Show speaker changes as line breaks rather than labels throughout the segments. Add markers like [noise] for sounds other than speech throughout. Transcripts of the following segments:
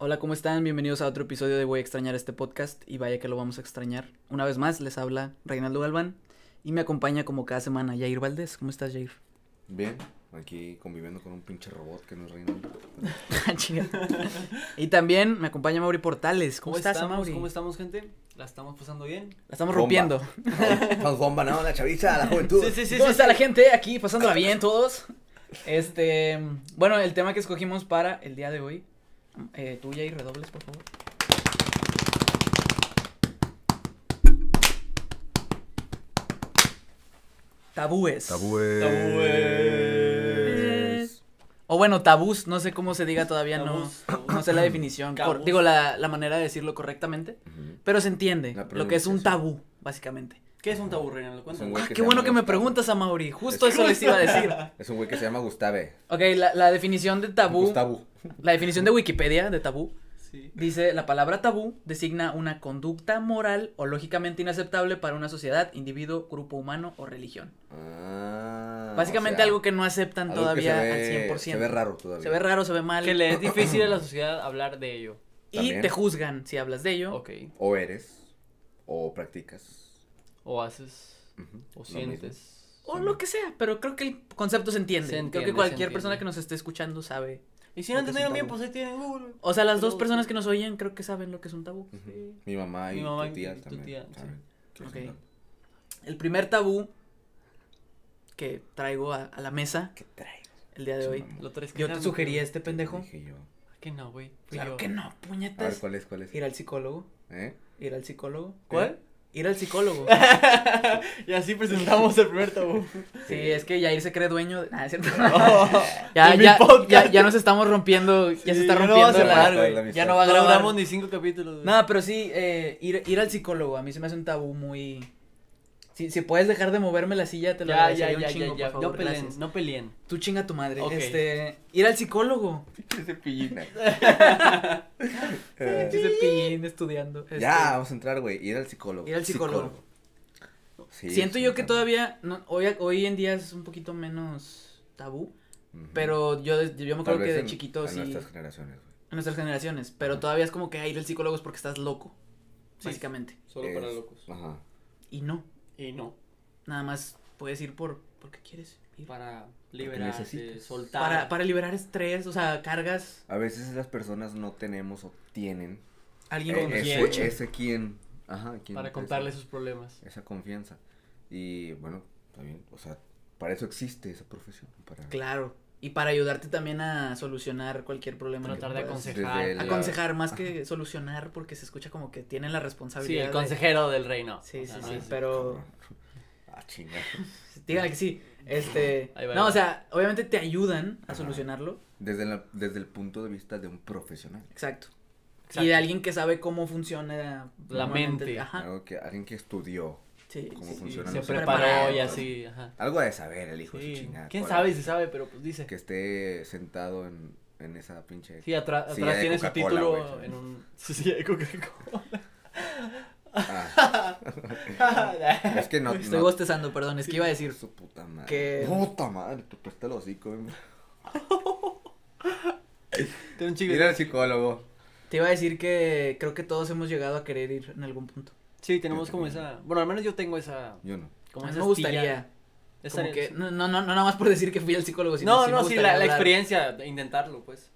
Hola, ¿cómo están? Bienvenidos a otro episodio de Voy a extrañar este podcast y vaya que lo vamos a extrañar. Una vez más les habla Reinaldo Galván y me acompaña como cada semana Jair Valdés. ¿Cómo estás, Jair? [laughs]
Bien, aquí conviviendo con un pinche robot que no es Reinaldo.
Ah, chinga.
[laughs]
y también me acompaña Mauri Portales. ¿Cómo, estás,
estamos?
Mauri?
¿Cómo estamos, gente? ¿La estamos pasando bien?
La estamos
Bomba.
rompiendo.
[laughs] Con bomba, ¿no? La chaviza, la juventud.
Sí, sí, sí.
¿Cómo está la gente aquí pasándola bien todos? Este, bueno, el tema que escogimos para el día de hoy, eh, tú Jair, redobles, por favor. Tabúes.
Tabúes.
O bueno, tabús, no sé cómo se diga todavía,
Tabús,
no,
tabús.
no sé la definición, cor-
Tabús.
digo la, la manera de decirlo correctamente,
Ujú.
pero se entiende
La
lo que es un
pronunciación.
tabú, básicamente.
¿Qué es un tabú,
Es
Reinaldo?
un
Cuéntanos.
güey
Ah,
que
qué
se
bueno
llama
que me
Gustavo.
preguntas a Mauri, justo eso les iba a
[laughs]
decir.
Es un güey que se llama Gustave.
Ok, la, la definición de tabú,
Gustavo.
la definición de Wikipedia de tabú,
Sí.
dice la palabra tabú designa una conducta moral o lógicamente inaceptable para una sociedad, individuo, grupo humano o religión.
Ah,
Básicamente algo que no aceptan todavía al 100%.
Se ve raro todavía.
Se ve raro, se ve mal.
Que le es difícil a la [coughs] sociedad hablar de ello.
Y
También.
te juzgan si hablas de ello.
Ok.
O eres, o practicas.
O haces,
Ujú, lo
o
mismo.
sientes.
O lo que sea, pero creo que el concepto se entiende.
Se entiende,
creo que
se
cualquier
entiende.
persona que nos esté escuchando sabe.
Y si no
Lo que es un
entendieron bien,
tabú.
pues ahí tienen Google.
O sea, las dos
Pero-
personas que nos oyen creo que saben lo que es un tabú.
Ujú.
Sí.
Mi mamá y
Mi mamá
tu
y
tía
tu
también.
tía, sí.
saben que es
Ok.
un tabú.
El primer tabú que traigo a, a la mesa
¿Qué traigo?
el día de
Sí,
hoy.
mamá.
Lo tres que
Yo te
eran,
sugerí a
güey.
este pendejo.
Dije yo.
Que no, güey. Fui
Claro
Pues
que
yo.
no,
A ver,
puñetas.
¿cuál es? ¿Cuál es?
Ir al psicólogo.
¿Eh?
Ir al psicólogo.
¿Cuál?
Ir al
[laughs]
psicólogo.
y así presentamos el primer [laughs] tabú.
Sí, es que Yair se cree dueño. de- Ah, es cierto.
Oh,
[laughs] ya,
de mi
ya,
podcast.
ya, ya nos estamos rompiendo. ya se
Sí,
está
ya no va a
rompiendo la,
cerrar,
güey.
la- Ya no va a
No
grabar.
grabamos ni cinco capítulos. güey.
Nada, pero sí, eh, ir, ir al psicólogo, a mí se me hace un tabú muy... Si, si puedes dejar de moverme la silla, te lo
Ya, ya,
agradecería un
ya,
chingo,
ya,
por
ya.
favor,
No peleen,
gracias.
no peleen.
Tú chinga tu madre.
Ok.
Este, ir al psicólogo. [laughs]
Pinche cepillín.
Ese
Eh,
cepillín estudiando. este,
Ya, vamos a entrar, güey. Ir al psicólogo.
Ir al psicólogo.
Sí,
Siento
es
yo
un
que
tabú.
todavía, no, hoy, hoy en día es un poquito menos tabú,
Ujú.
pero yo, des- yo me
Tal
acuerdo que
vez
de
en-
chiquito
en
sí,
nuestras generaciones, güey.
en nuestras generaciones, pero todavía es como que ah, ir al psicólogo es porque estás loco,
Sí.
básicamente.
Solo
Es-
para locos.
Ajá.
Y no,
Y no.
nada más puedes ir por, porque quieres ir.
Para liberarse,
necesitas.
soltar.
Para, para liberar estrés, o sea, cargas.
A veces las personas no tenemos o tienen
Alguien
eh,
con
ese,
quien.
escuche.
ese quien, ajá, quien
Para
esa-
contarle sus problemas.
esa confianza. Y bueno, también, o sea, para eso existe esa profesión, para
Claro. Y para ayudarte también a solucionar cualquier problema. que
Tratar de
puedas.
desde
aconsejar.
la-
Aconsejar más que solucionar, porque se escucha como que tienen la responsabilidad.
Sí,
de-
el consejero del reino.
Sí,
O
sí,
sea,
sí,
no es-
pero.
[laughs] Ah, chinga.
Díganle que sí. Este.
Ahí va,
no,
ahí
o
va.
sea, obviamente te ayudan a
Ajá.
solucionarlo.
Desde, la- desde el punto de vista de un profesional.
Exacto.
Exacto.
Y de alguien que sabe cómo funciona
La
normalmente.
mente.
Ajá.
Algo que, alguien que estudió,
Sí.
cómo
sí, sí.
funciona.
se
no sé,
preparó
preparado,
y
algo
así, ajá.
Algo de saber el hijo de su
Sí.
chingada.
¿Quién
cola.
sabe si sabe? Pero pues dice.
Que esté sentado en, en esa pinche...
Sí, atra-
Sí,
atrás
de
tiene su
Coca-Cola,
título
güey.
en un... Sí, sí, de Coca-Cola.
Ah, es que no...
[laughs] Estoy
no-
bostezando, perdón. Es que iba a decir.
Su puta madre.
Que-
Puta madre, te presta el hocico. eh. güey.
[laughs] Tiene un chico.
Ir al psicólogo.
Te iba a decir que creo que todos hemos llegado a querer ir en algún punto.
Sí, tenemos
Yo
como
también.
esa... Bueno, al menos yo tengo esa...
Yo no.
Como
a mí
esa
me
astilla.
gustaría.
Esa-
como que, no, no, no, no nada más por decir que fui al psicólogo, sino
No,
sí me
no, sí,
gustaría
la, la
hablar
experiencia de intentarlo, pues.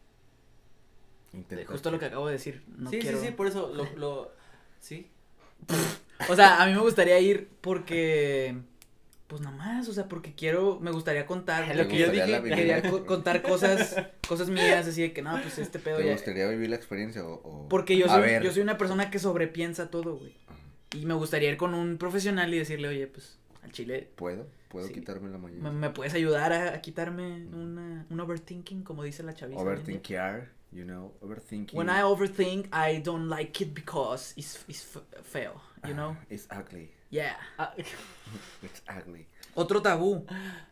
de
Intenta-
justo lo que acabo de decir. No
sí,
quiero-
sí, sí, por eso lo... lo... Sí.
O sea, a mí me gustaría ir porque. Pues nada más, o sea, porque quiero, me gustaría contar.
Es
lo
me
que yo
gustaría
dije.
la- Quería co- contar cosas, cosas mías, así de que no, pues este pedo
¿Te
ya.
gustaría vivir la experiencia o...? o-
Porque yo
A
soy,
ver.
yo soy una persona que sobrepiensa todo, güey.
Ajá.
Y me gustaría ir con un profesional y decirle, oye, pues al chile,
¿Puedo? ¿Puedo
Sí.
quitarme la
¿me,
mañana?
me puedes ayudar a, a quitarme una, un overthinking, como dice la chaviza? hoy en día?
Overthinking, you know, overthinking.
When I overthink, I don't like it because it's, it's f- feo, you know?
Ah, It's ugly,
Yeah.
Ah, [laughs]
it's ugly.
Otro tabú,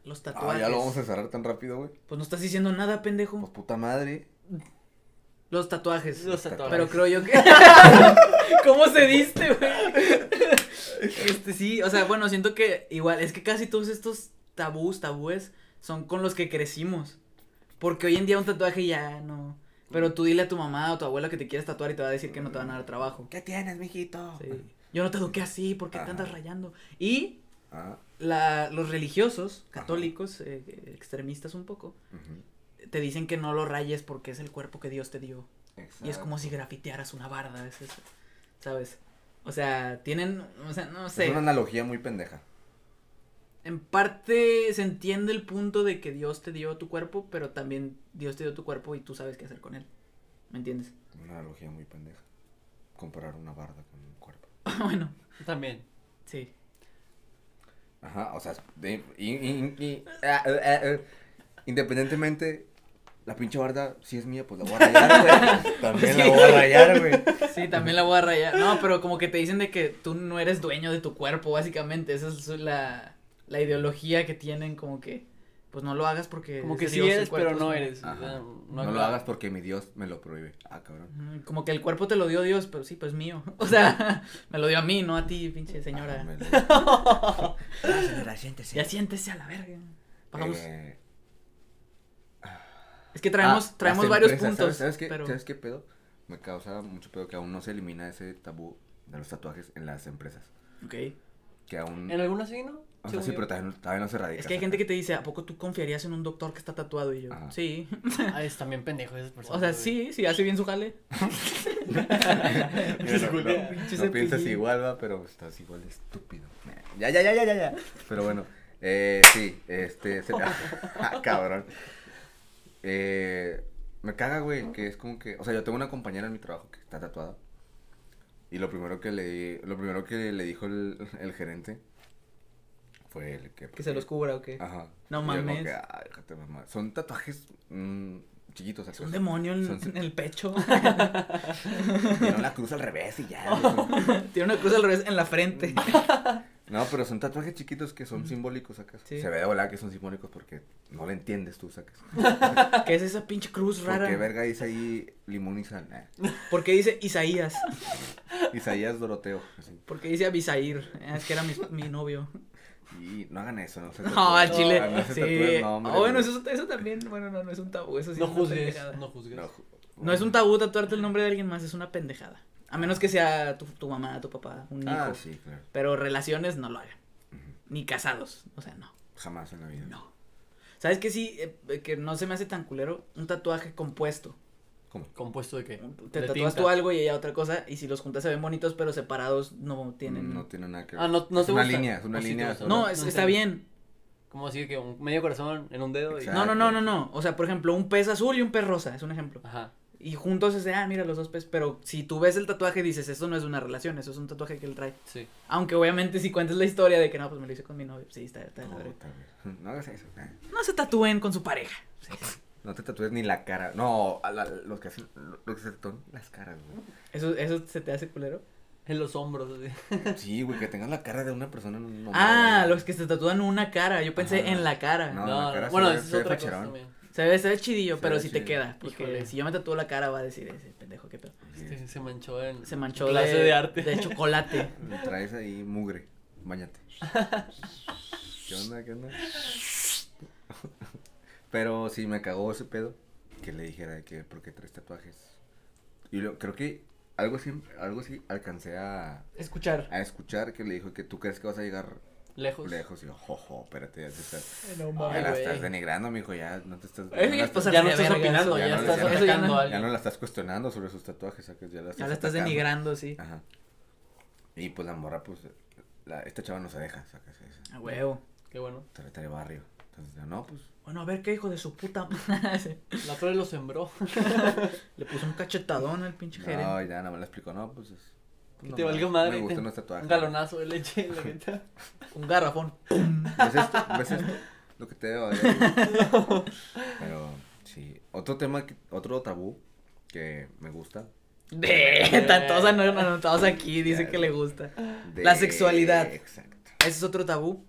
los tatuajes.
Ah, ya lo vamos a cerrar tan rápido, güey.
Pues no estás diciendo nada,
Pues
pendejo.
puta madre.
Los tatuajes.
los
tatuajes.
Pero creo yo que... ¿Cómo se diste, güey? Este, sí, o sea, bueno, siento que igual, es que casi todos estos tabús, tabúes, son con los que crecimos. Porque hoy en día un tatuaje ya no... Pero tú dile a tu mamá o tu abuela que te quieres tatuar y te va a decir que no te van a dar trabajo.
¿Qué tienes, mijito?
Sí. Yo no te eduqué así, ¿por qué te
Ajá.
andas rayando? Y
Ah,
la, los religiosos, católicos, eh, extremistas un poco,
ujú.
te dicen que no lo rayes porque es el cuerpo que Dios te dio. Y es
Ah,
como si
Exacto.
grafitearas una barda, es eso, ¿sabes? O sea, tienen, o sea, no sé.
Pues
Es una analogía muy pendeja.
En parte se entiende el punto de que Dios te dio tu cuerpo, pero también Dios te dio tu cuerpo y tú sabes qué hacer con él. ¿Me entiendes?
Una analogía muy pendeja. Comparar una barda con un cuerpo.
bueno,
También.
sí.
Ajá, o sea, de- y- y- y- ah, eh, eh, eh, independientemente, la pinche barda, si es mía, pues la voy a rayar,
[laughs]
güey. También la voy a rayar, güey.
Sí, también la voy a rayar. No, pero como que te dicen de que tú no eres dueño de tu cuerpo, básicamente. Esa es la, la ideología que tienen, como que, pues no lo hagas porque...
Como
es
que
de
sí
Dios, el
eres,
cuerpo
pero
es
no
mío.
eres.
Ajá.
O sea,
No, lo
acaba.
hagas porque mi Dios me lo prohíbe. Ah, cabrón.
Ujú, Como que el cuerpo te lo dio Dios, pero sí, pues mío. [laughs] O sea, me lo dio a mí, no a ti, pinche
Ah,
señora. [laughs]
me lo- Ah, señora, siéntese.
Ya siéntese a la verga. Vamos.
Eh,
es que traemos,
ah,
traemos
las
varios
empresas,
puntos.
¿sabes, sabes qué,
pero-
¿Sabes qué pedo? Me causa mucho pedo que aún no se elimina ese tabú de los tatuajes en las empresas.
Ok.
Que aún...
En algunas sí, ¿no?
O sea,
Según
sí,
yo. [laughs]
pero también, todavía no se radica.
Es que hay gente que te dice, ¿a poco tú confiarías en un doctor que está tatuado? Y yo,
Ajá. Pues,
sí.
Ah, es también pendejo esas personas.
O sea,
güey.
sí, sí, hace bien su jale.
[laughs] Mira, no- no-
Culea.
no
Pinche
piensas
cepillín.
igual, va, pero estás igual de estúpido. Ya, ya, ya, ya, ya, ya. Pero bueno, eh, sí, este, se- [laughs] ah, cabrón. Eh, me caga, güey, que es como que, o sea, yo tengo una compañera en mi trabajo que está tatuada. Y lo primero que le, lo primero que le dijo el, el gerente fue el que.
Que se los cubra o qué.
Ajá.
No
Y yo como
mames.
que, "Ah, déjate mamar". Son tatuajes mm, chiquitos.
Es
acá.
un demonio en, [laughs]
Son-
en el
[laughs]
pecho.
Tienen la cruz al revés y ya. güey, son-
Tiene una cruz al revés en la frente.
No, pero son tatuajes chiquitos que son simbólicos, sacas.
Sí.
Se ve de volada que son simbólicos porque no lo entiendes tú,
[laughs]
sacas.
[laughs] ¿Qué es esa pinche cruz rara?
Porque verga dice ahí limón y sal. Nah.
¿Por qué dice Isaías?
Isaías Doroteo. así.
¿Por qué dice Abisair? Ah, Es que era mi, mi novio.
Y no hagan eso, no
[laughs]
se
No,
tatúen.
al chile.
No se
sí.
tatúen, no, hombre,
Ah, bueno,
güey.
eso, eso también, bueno, no, no es un tabú. Eso sí
No
es una
juzgues.
pendejada.
No juzgues.
No,
No es un tabú tatuarte el nombre de alguien más, es una pendejada. A menos que sea tu, tu mamá, tu papá, un hijo.
Ah, sí, claro.
Pero relaciones no lo hagan. Ni casados. O sea, no.
Jamás en la vida.
No. ¿Sabes qué sí? Eh, que no se me hace tan culero. Un tatuaje compuesto.
¿Cómo?
¿Compuesto de qué?
Te
De
tatúas
tinta.
tú algo y ella otra cosa. Y si los juntas se ven bonitos, pero separados no tienen.
Mm, No
No, Ah,
tiene nada que ver.
Ah, no, no
es
te
una
gusta.
línea, es una
¿O sí te
línea.
gusta?
es-
no
está
entiendo.
bien.
¿Cómo así que un medio corazón en un dedo? Y...
Exacto.
No, no, no, no, no. O sea, por ejemplo, un pez azul y un pez rosa. Es un ejemplo.
Ajá.
Y juntos es de, ah, mira los dos peces. Pero si tú ves el tatuaje, dices, esto no es una relación. Eso es un tatuaje que él trae.
Sí.
Aunque obviamente si cuentas la historia de que no, pues me lo hice con mi novio. Sí, está, está de la
No,
verga.
tal vez. No hagas eso. nah.
No se tatúen con su pareja.
No te tatúes ni la cara. No, a la- los que hacen, los que se tatúan las caras, güey.
¿Eso, ¿Eso se te hace culero?
En los hombros. así.
Sí, güey, que tengas la cara de una persona en un nombre,
Ah,
güey.
los que se tatúan una cara. Yo pensé
Ajá.
en la cara.
No,
No,
la
no,
cara se
bueno,
ve-
esa es
se ve
otra
facherón.
cosa también.
Se ve, se ve chidillo,
Se
pero
ve
si te
chido.
queda. Porque
Híjole.
si yo me tatúo la cara, va a decir ese pendejo, qué pedo.
Sí.
Este, se manchó en.
Se manchó
clase
de,
de arte.
de chocolate.
Traes ahí mugre. Bañate. ¿Qué onda? ¿Qué onda? Pero sí me cagó ese pedo que le dijera de que por qué traes tatuajes. Y lo, creo que algo así, algo así alcancé a,
Escuchar.
a [laughs] escuchar que le dijo que tú crees que vas a llegar
[laughs] Lejos.
lejos. Y yo, jojo, espérate, ya te estás,
No
Ay,
ya la
güey.
estás denigrando, mijo, ya no te estás...
Eso
no
ya
la
es pasar
Ya
de
no estás
verga,
opinando,
eso.
ya
ya
no
estás
le-
Eso ya
atacando
no-
a
ya
alguien.
no la estás cuestionando sobre sus tatuajes, ¿sabes? ya la estás,
Ya la estás
atacando.
denigrando, sí.
Ajá. Y pues la morra, pues, la- esta chava no se deja, sacas esa.
A huevo.
Qué bueno.
Secretaria de barrio. Entonces, yo, no, pues,
Bueno, a ver qué hijo de su puta. [laughs] madre.
La torre lo sembró.
Le puso un cachetadón al pinche
no,
gerente.
ya nada más le explicó, no, pues, es-
Que
no
[laughs] te
me-
valga madre.
Me
te-
gustan los tatuajes.
Un galonazo de leche en la jeta.
[laughs]
Un garrafón.
¿Ves esto? ¿Ves esto? Lo que te debo. de- Pero, sí. Otro tema, que- otro tabú que me gusta.
[laughs] De tantos no anotados aquí. Dice
Ya,
que
güey.
le gusta.
de-
La sexualidad.
Exacto.
Ese es otro tabú.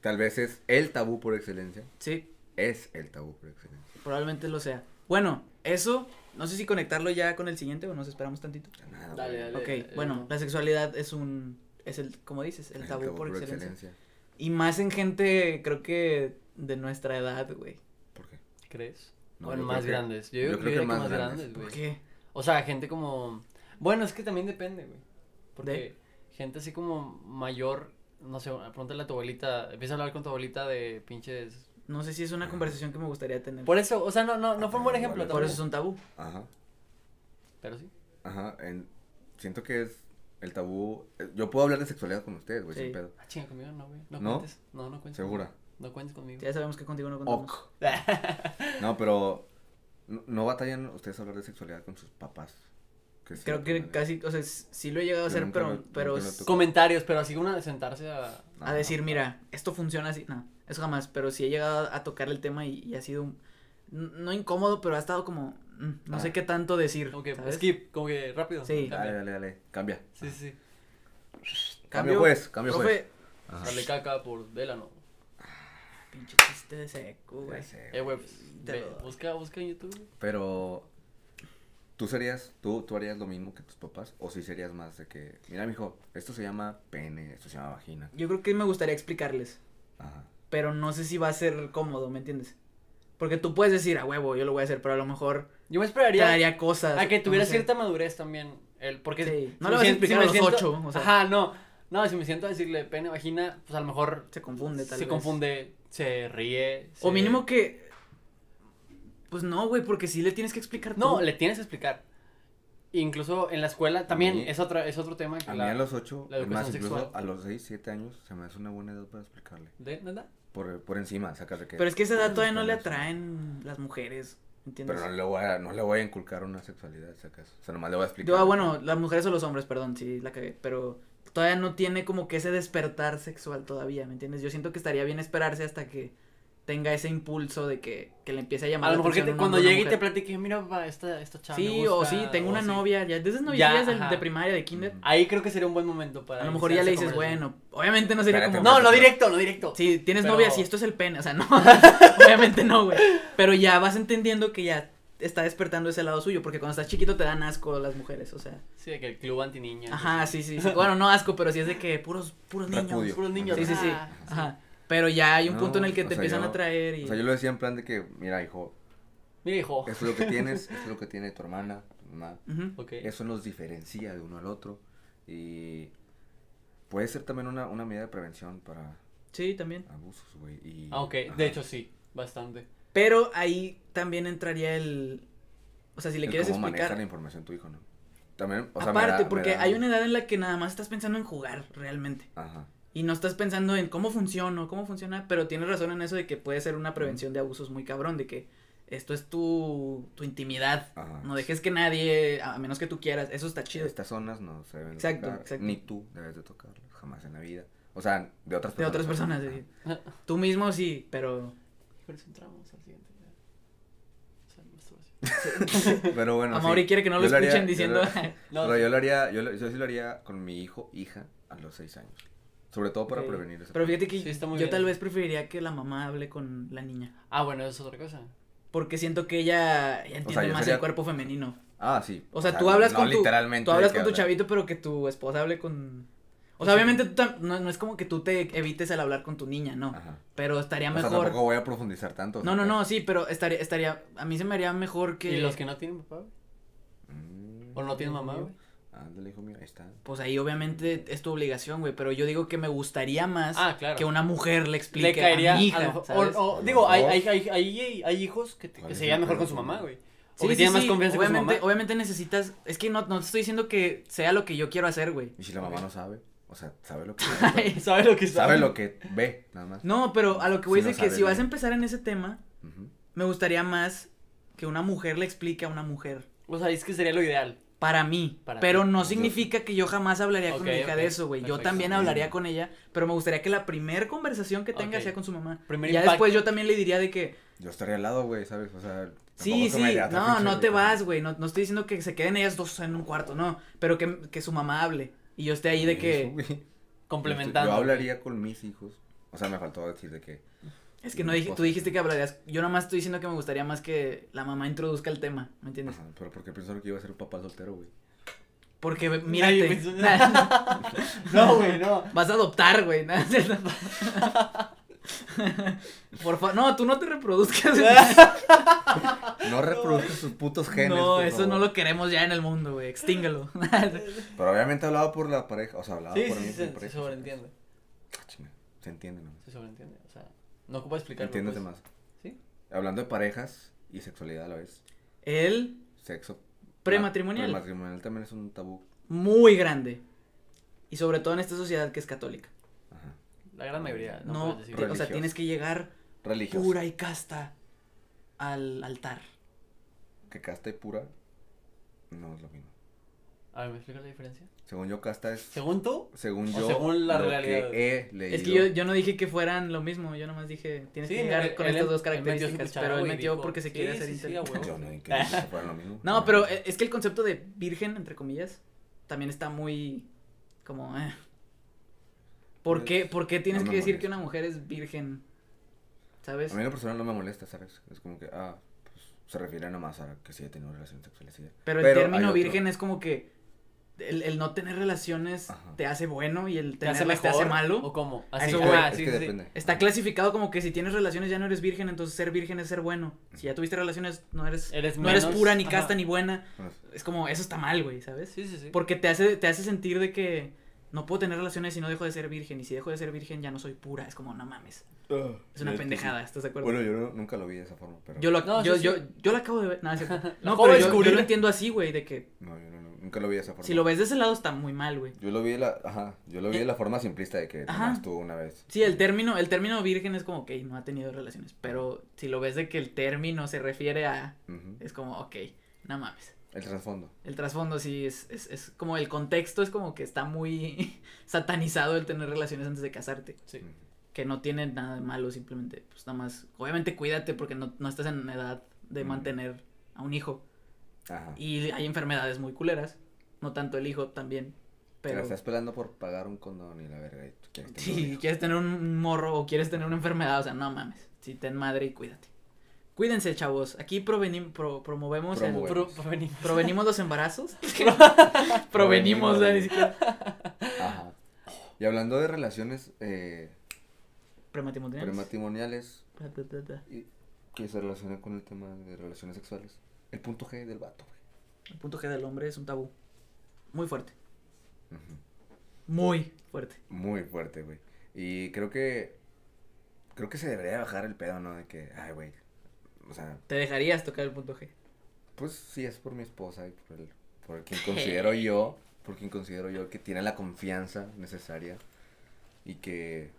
Tal vez es el tabú por excelencia.
Sí,
Es el tabú por excelencia.
Probablemente lo sea. Bueno, eso, no sé si conectarlo ya con el siguiente o nos esperamos tantito.
Nada,
Dale,
güey.
dale.
Ok,
eh,
bueno,
no.
la sexualidad es un, es el, como dices, el
El
tabú, por, excelencia. Y más en gente, creo que de nuestra edad, güey.
¿Por qué?
¿Crees?
No,
bueno,
yo
más
creo que-
grandes. Yo, digo
yo
que
creo que
hubiera
más
que más
grandes.
grandes,
¿Por
güey.
qué?
O sea, gente como. Bueno, es que también depende, güey. Porque
¿De?
gente así como mayor, no sé, pregúntale a tu abuelita, empieza a hablar con tu abuelita de pinches.
No sé si es una conversación que me gustaría tener. Por,
Por eso, o sea, no, no, no fue un
Ah,
buen ejemplo
Por
tampoco,
eso es un tabú.
Ajá.
Pero sí.
Ajá. en- siento que es el tabú. eh, Yo puedo hablar de sexualidad con ustedes, güey,
Sí.
sin pedo.
Ah, chinga, conmigo no, güey. No,
¿No?
cuentes. No, no cuentes.
Segura.
No cuentes conmigo.
Ya sabemos que contigo no contamos.
Ok.
[laughs]
No, pero. No, no batallan ustedes a hablar de sexualidad con sus papás. sí,
Creo que
madre.
casi, o sea, s- sí lo he llegado a
Yo
hacer,
nunca
pero,
lo-
pero
nunca lo
s-
toqué.
Comentarios, pero así una de sentarse a.
No,
a decir, mira, esto funciona así, no, eso jamás, pero sí he llegado a tocar el tema y, y ha sido, un- n- no incómodo, pero ha estado como, mm, no sé
Ah.
qué tanto decir,
Como pues, que
¿sabes?
skip, como que rápido.
Sí. Ah,
Dale,
Cambia.
dale, dale. Cambia.
Sí, sí.
Cambio, juez, cambio
profe,
juez. Ajá.
Dale caca por Delano.
pinche chiste de seco, güey.
Ya sé,
Eh, güey, pues,
Te
ve,
lo doy.
busca, busca en YouTube. güey.
Pero tú serías, tú, tú harías lo mismo que tus papás, o si serías más de que, mira, mijo, esto se llama pene, esto se llama vagina.
Yo creo que me gustaría explicarles,
Ajá.
pero no sé si va a ser cómodo, ¿me entiendes? Porque tú puedes decir, a huevo, yo lo voy a hacer, pero a lo mejor
Yo me
te
esperaría.
daría cosas.
A que
no
tuviera
sé.
cierta madurez también. El, porque
Sí, no le
si
vas a
me
explicar
si
a
me
los
siento-
ocho, o sea.
Ajá, no. No, si me siento a decirle pene, vagina, pues a lo mejor
Se confunde, tal
se
vez.
confunde, se ríe.
O
se-
mínimo que, pues no, güey, porque sí le tienes que explicar
No,
tú.
le tienes que explicar. Incluso en la escuela también
mí-
es, otra, es otro tema. que
A
la-
mí a los ocho,
la
es más,
educación
incluso
sexual.
a los seis, siete años, se me hace una buena edad para explicarle.
¿De nada?
Por, por encima, sacarle que...
Pero es que esa edad todavía no le
Pero
atraen las mujeres, ¿entiendes?
Pero no le, voy a, no le voy a inculcar una sexualidad, sacas. O sea, nomás le voy a explicar.
Digo, ah, bueno, las mujeres o los hombres, perdón, sí, la cagué, pero todavía no tiene como que ese despertar sexual todavía, ¿me entiendes? Yo siento que estaría bien esperarse hasta que tenga ese impulso de que, que le empiece a llamar
A
la
lo mejor que
atención
te-
un
cuando
hombre o
llegue y
una
te
mujer.
platique, mira, papá, esta, esta chava. me
Sí, o
gusta",
sí, tengo una
así.
novia, ya desde novillerías del-
ajá. Mm.
de primaria, de kinder,
Ujú.
Ahí creo que sería un buen momento para.
a lo mejor
iniciar
ya le
esa
dices,
conversación.
bueno, obviamente no sería
Espérate,
como...
güey.
No, lo directo, lo directo.
Si tienes
Pero-
novia, si esto es el pene, o sea, no, [laughs] obviamente no, güey. Pero ya vas entendiendo que ya está despertando ese lado suyo, porque cuando estás chiquito te dan asco las mujeres, o sea.
Sí, de que el club antiniña.
Ajá, sí, sí, sí. Bueno, no asco, pero sí es de que puros, puros niños.
Repudio.
Puros niños.
Sí, sí, sí.
ah.
Ajá. Pero ya hay un
No,
punto en el que
o
te
sea,
empiezan
yo-
a traer y...
O sea, yo lo decía en plan de que, mira, hijo,
Mira, hijo.
esto es lo que tienes, esto es lo que tiene tu hermana, tu mamá,
Ujú.
Ok.
Eso nos diferencia de uno al otro y puede ser también una, una medida de prevención para
Sí, también.
abusos, güey. y-
Ah, ok.
ajá.
De hecho, sí. Bastante.
Pero ahí también entraría el... O sea, si le
El
quieres
cómo maneja
explicar...
la información tu hijo, ¿no? También, o sea, me da-
Aparte,
me
porque
da-
hay una edad en la que nada más estás pensando en jugar, realmente.
Ajá.
Y no estás pensando en cómo funciona, cómo funciona, pero tienes razón en eso de que puede ser una prevención de abusos muy cabrón, de que esto es tu, tu intimidad.
Ajá.
No dejes que nadie, a a menos que tú quieras, eso está chido.
Estas zonas no se deben de
Exacto,
tocar,
exacto.
ni tú debes de tocarlas jamás en la vida. O sea, de otras
De
personas.
otras personas,
Ajá.
sí. Tú mismo sí, pero...
Por eso entramos al siguiente. O sea, masturbación.
[laughs] Pero bueno,
a
sí,
Mauri quiere que no lo
yo haría-
escuchen
yo
diciendo...
lo-
[laughs]
No,
pero
sí.
yo lo haría, yo, lo- yo sí lo haría con mi hijo, hija, a los seis años. Sobre todo para
Ok.
prevenir eso.
Pero fíjate que
Sí, está
yo
muy bien.
tal vez preferiría que la mamá hable con la niña.
Ah, bueno, eso es otra cosa.
Porque siento que ella, ella entiende
yo
más
sería-
el cuerpo femenino.
Ah, sí.
O sea, tú hablas
no
con tu,
literalmente
tú
de
hablas
que
con tu
habla-
chavito, pero que tu esposa hable con... O
Pues
sea,
sí.
obviamente tú tam- no, no es como que tú te evites el hablar con tu niña, no.
Ajá.
Pero estaría
Ah. O sea,
mejor...
tampoco voy a profundizar tanto. o
no, no,
sea,
no, sí, pero estaría, estaría... A mí se me haría mejor que...
¿Y los que no tienen papá? güey?
que- Mm,
¿O no tienen mamá,
Dios
güey?
Ándale, hijo mío, ahí está.
Pues ahí obviamente es tu obligación, güey, pero yo digo que me gustaría más
Ah, claro.
que una mujer le
Le
explique
caería.
a
a
mi
lo
hija,
mejor-
¿sabes?
o, o,
¿A
digo,
los
hay,
dos?
hay, hay, hay, hay hijos que, te-
¿Cuál
que
es
se
el
llevan mejor con
pedo
su
con-
mamá, güey. [laughs] O
Sí,
que
sí,
tienen más
sí,
confianza con su
obviamente,
mamá.
obviamente necesitas, es que no, no te estoy diciendo que sea lo que yo quiero hacer, güey.
Y si la mamá no sabe, o sea, sabe
[laughs]
lo que pues,
Sabe lo que
sabe lo que ve, nada más.
No, pero a lo que voy
Sí,
es
no
de que
sabes,
si vas a
güey.
empezar en ese tema,
Ujú.
me gustaría más que una mujer le explique a una mujer.
O sea, es que sería lo ideal.
Para mí,
Para
pero
ti.
no
Yo-
significa que yo jamás hablaría con
Ok,
mi hija de
ok,
eso, güey. Yo
perfecto.
también hablaría con ella, pero me gustaría que la primer conversación que tenga
Ok.
sea con su mamá.
Primer
y ya
impacto.
después yo también le diría de que,
Yo estaría al lado, güey, ¿sabes? O sea, tampoco
Sí,
se me
sí,
haría tan
no,
pinche
no te
viejo.
vas, güey, no, no estoy diciendo que se queden ellas dos en un cuarto, no, pero que, que su mamá hable y yo esté ahí de
Eso,
que,
güey.
Complementando.
Yo hablaría con mis hijos. O sea, me faltó decir de que.
es que no dije, tú dijiste que hablarías, yo nomás estoy diciendo que me gustaría más que la mamá introduzca el tema, ¿me entiendes?
Ajá, pero porque pensaron que iba a ser un papá soltero, güey.
Porque, ve- mírate, [laughs]
Nadie pensó- [laughs] No, güey, no.
[laughs]
[laughs]
[laughs]
vas a adoptar, güey, nada, es cierto. Por fa- No, tú no te
[laughs]
reproduzcas. [laughs]
No reproduzca sus putos genes.
no,
por
eso
favor.
no lo queremos ya en el mundo, güey.
[laughs]
Extíngalo.
Pero obviamente hablado por la pareja. O sea, hablado
Sí,
por
sí,
mí. por mi
sí, Ah, se, se
pareja.
sobreentiende.
Ah, chinga, Se entiende, ¿no?
Se sobreentiende. O sea, no ocupa explicarlo.
Entiéndete
pues.
más.
Sí.
Hablando de parejas y sexualidad a la vez.
[laughs] El
Sexo.
Prematrimonial.
Prematrimonial también es un tabú.
muy grande. Y sobre todo en esta sociedad que es católica.
Ajá.
La gran mayoría. No,
No,
puedes decir.
te- o sea,
Religioso.
tienes que llegar
Religioso.
pura y casta al altar.
Que casta y pura no es lo mismo.
A ver, ¿me explicas la diferencia?
Según yo, casta es.
Según tú,
Según
O
yo,
según la
lo
realidad.
que he leído.
Es que yo, yo no dije que fueran lo mismo, yo nomás dije, tienes
Sí,
que llegar
él-
con
él-
estas dos
él metió su
características,
cuchara,
pero él
güey,
metió
dijo,
porque se
sí,
quiere
sí,
hacer
sí, a
inteligente.
huevo.
Yo no dije que fuera lo mismo.
[laughs] No, pero e- es que el concepto de virgen, entre comillas, también está muy como... eh. ¿Por,
Pues,
qué, ¿Por qué tienes
no
que
me
decir que
molesta.
una mujer es virgen? ¿Sabes?
A mí la persona no me molesta, ¿sabes? Es como que, ah, pues se refiere nomás a que sí he tenido relaciones sexuales. sí.
Pero el
Pero hay
término
otro.
virgen es como que el, el no tener relaciones
Ajá.
te hace bueno y el
¿te hace
tenerlas
mejor?
te este hace malo.
¿O cómo?
eso
Es
voy.
ah,
que,
sí,
es que
sí, sí.
depende.
Está clasificado como que si tienes relaciones ya no eres virgen, entonces ser virgen es ser bueno. Si ya tuviste relaciones no eres,
Eres
no eres
menos,
pura ni
ajá.
casta ni buena.
Bueno,
Es como eso está mal, güey, ¿sabes?
Sí, sí, sí.
Porque te hace te hace sentir de que no puedo tener relaciones si no dejo de ser virgen y si dejo de ser virgen ya no soy pura, es como no mames. Es una
sí,
pendejada, ¿estás de
sí.
acuerdo?
Bueno, yo no- nunca lo vi de esa forma, pero.
yo lo
No,
yo,
sí,
yo
sí.
yo lo acabo de ver, nada, es
[laughs]
cierto. No,
acabo
pero
de
yo- yo,
descubrir.
lo entiendo así, güey, de que
No, yo no, no, nunca lo vi de esa forma.
si lo ves de ese lado está muy mal, güey.
Yo lo vi de la, ajá, yo lo vi de la forma simplista de que
Ajá.
nomás tú una vez.
Sí, el término, el término virgen es como que no ha tenido relaciones, pero si lo ves de que el término se refiere a
Ujú.
es como, ok, no mames.
El trasfondo.
El trasfondo sí es, es, es como el contexto, es como que está muy [laughs] satanizado el tener relaciones antes de casarte.
Sí.
Ujú.
Que no tiene nada de malo, simplemente, pues nada más. Obviamente cuídate porque no, no estás en edad de
Mm.
mantener a un hijo.
Ajá.
Y hay enfermedades muy culeras. No tanto el hijo también.
Pero...
Pero
estás pelando por pagar un condón y la verga. Y tú quieres tener un
si
hijo.
quieres tener un morro o quieres tener una enfermedad, o sea, no mames. Si ten madre y cuídate. Cuídense, chavos. Aquí provenim- pro- promovemos el-
[laughs]
Promover.
Pro- provenimos.
Provenimos los embarazos. [laughs]
Provenimos.
provenimos, o sea, ni siquiera.
Ajá. Y hablando de relaciones eh,
Prematrimoniales.
prematrimoniales
Ta, ta, ta, ta.
y que se relaciona con el tema de relaciones sexuales, el punto G del vato, güey.
El punto G del hombre es un tabú. Muy fuerte.
Ujú.
Muy fuerte.
Muy fuerte, güey. Y creo que. Creo que se debería bajar el pedo, ¿no? De que, ay, güey. O sea,
¿Te dejarías tocar el punto G?
pues sí, es por mi esposa y por el. Por quien considero yo. Por quien considero yo que tiene la confianza necesaria. Y que.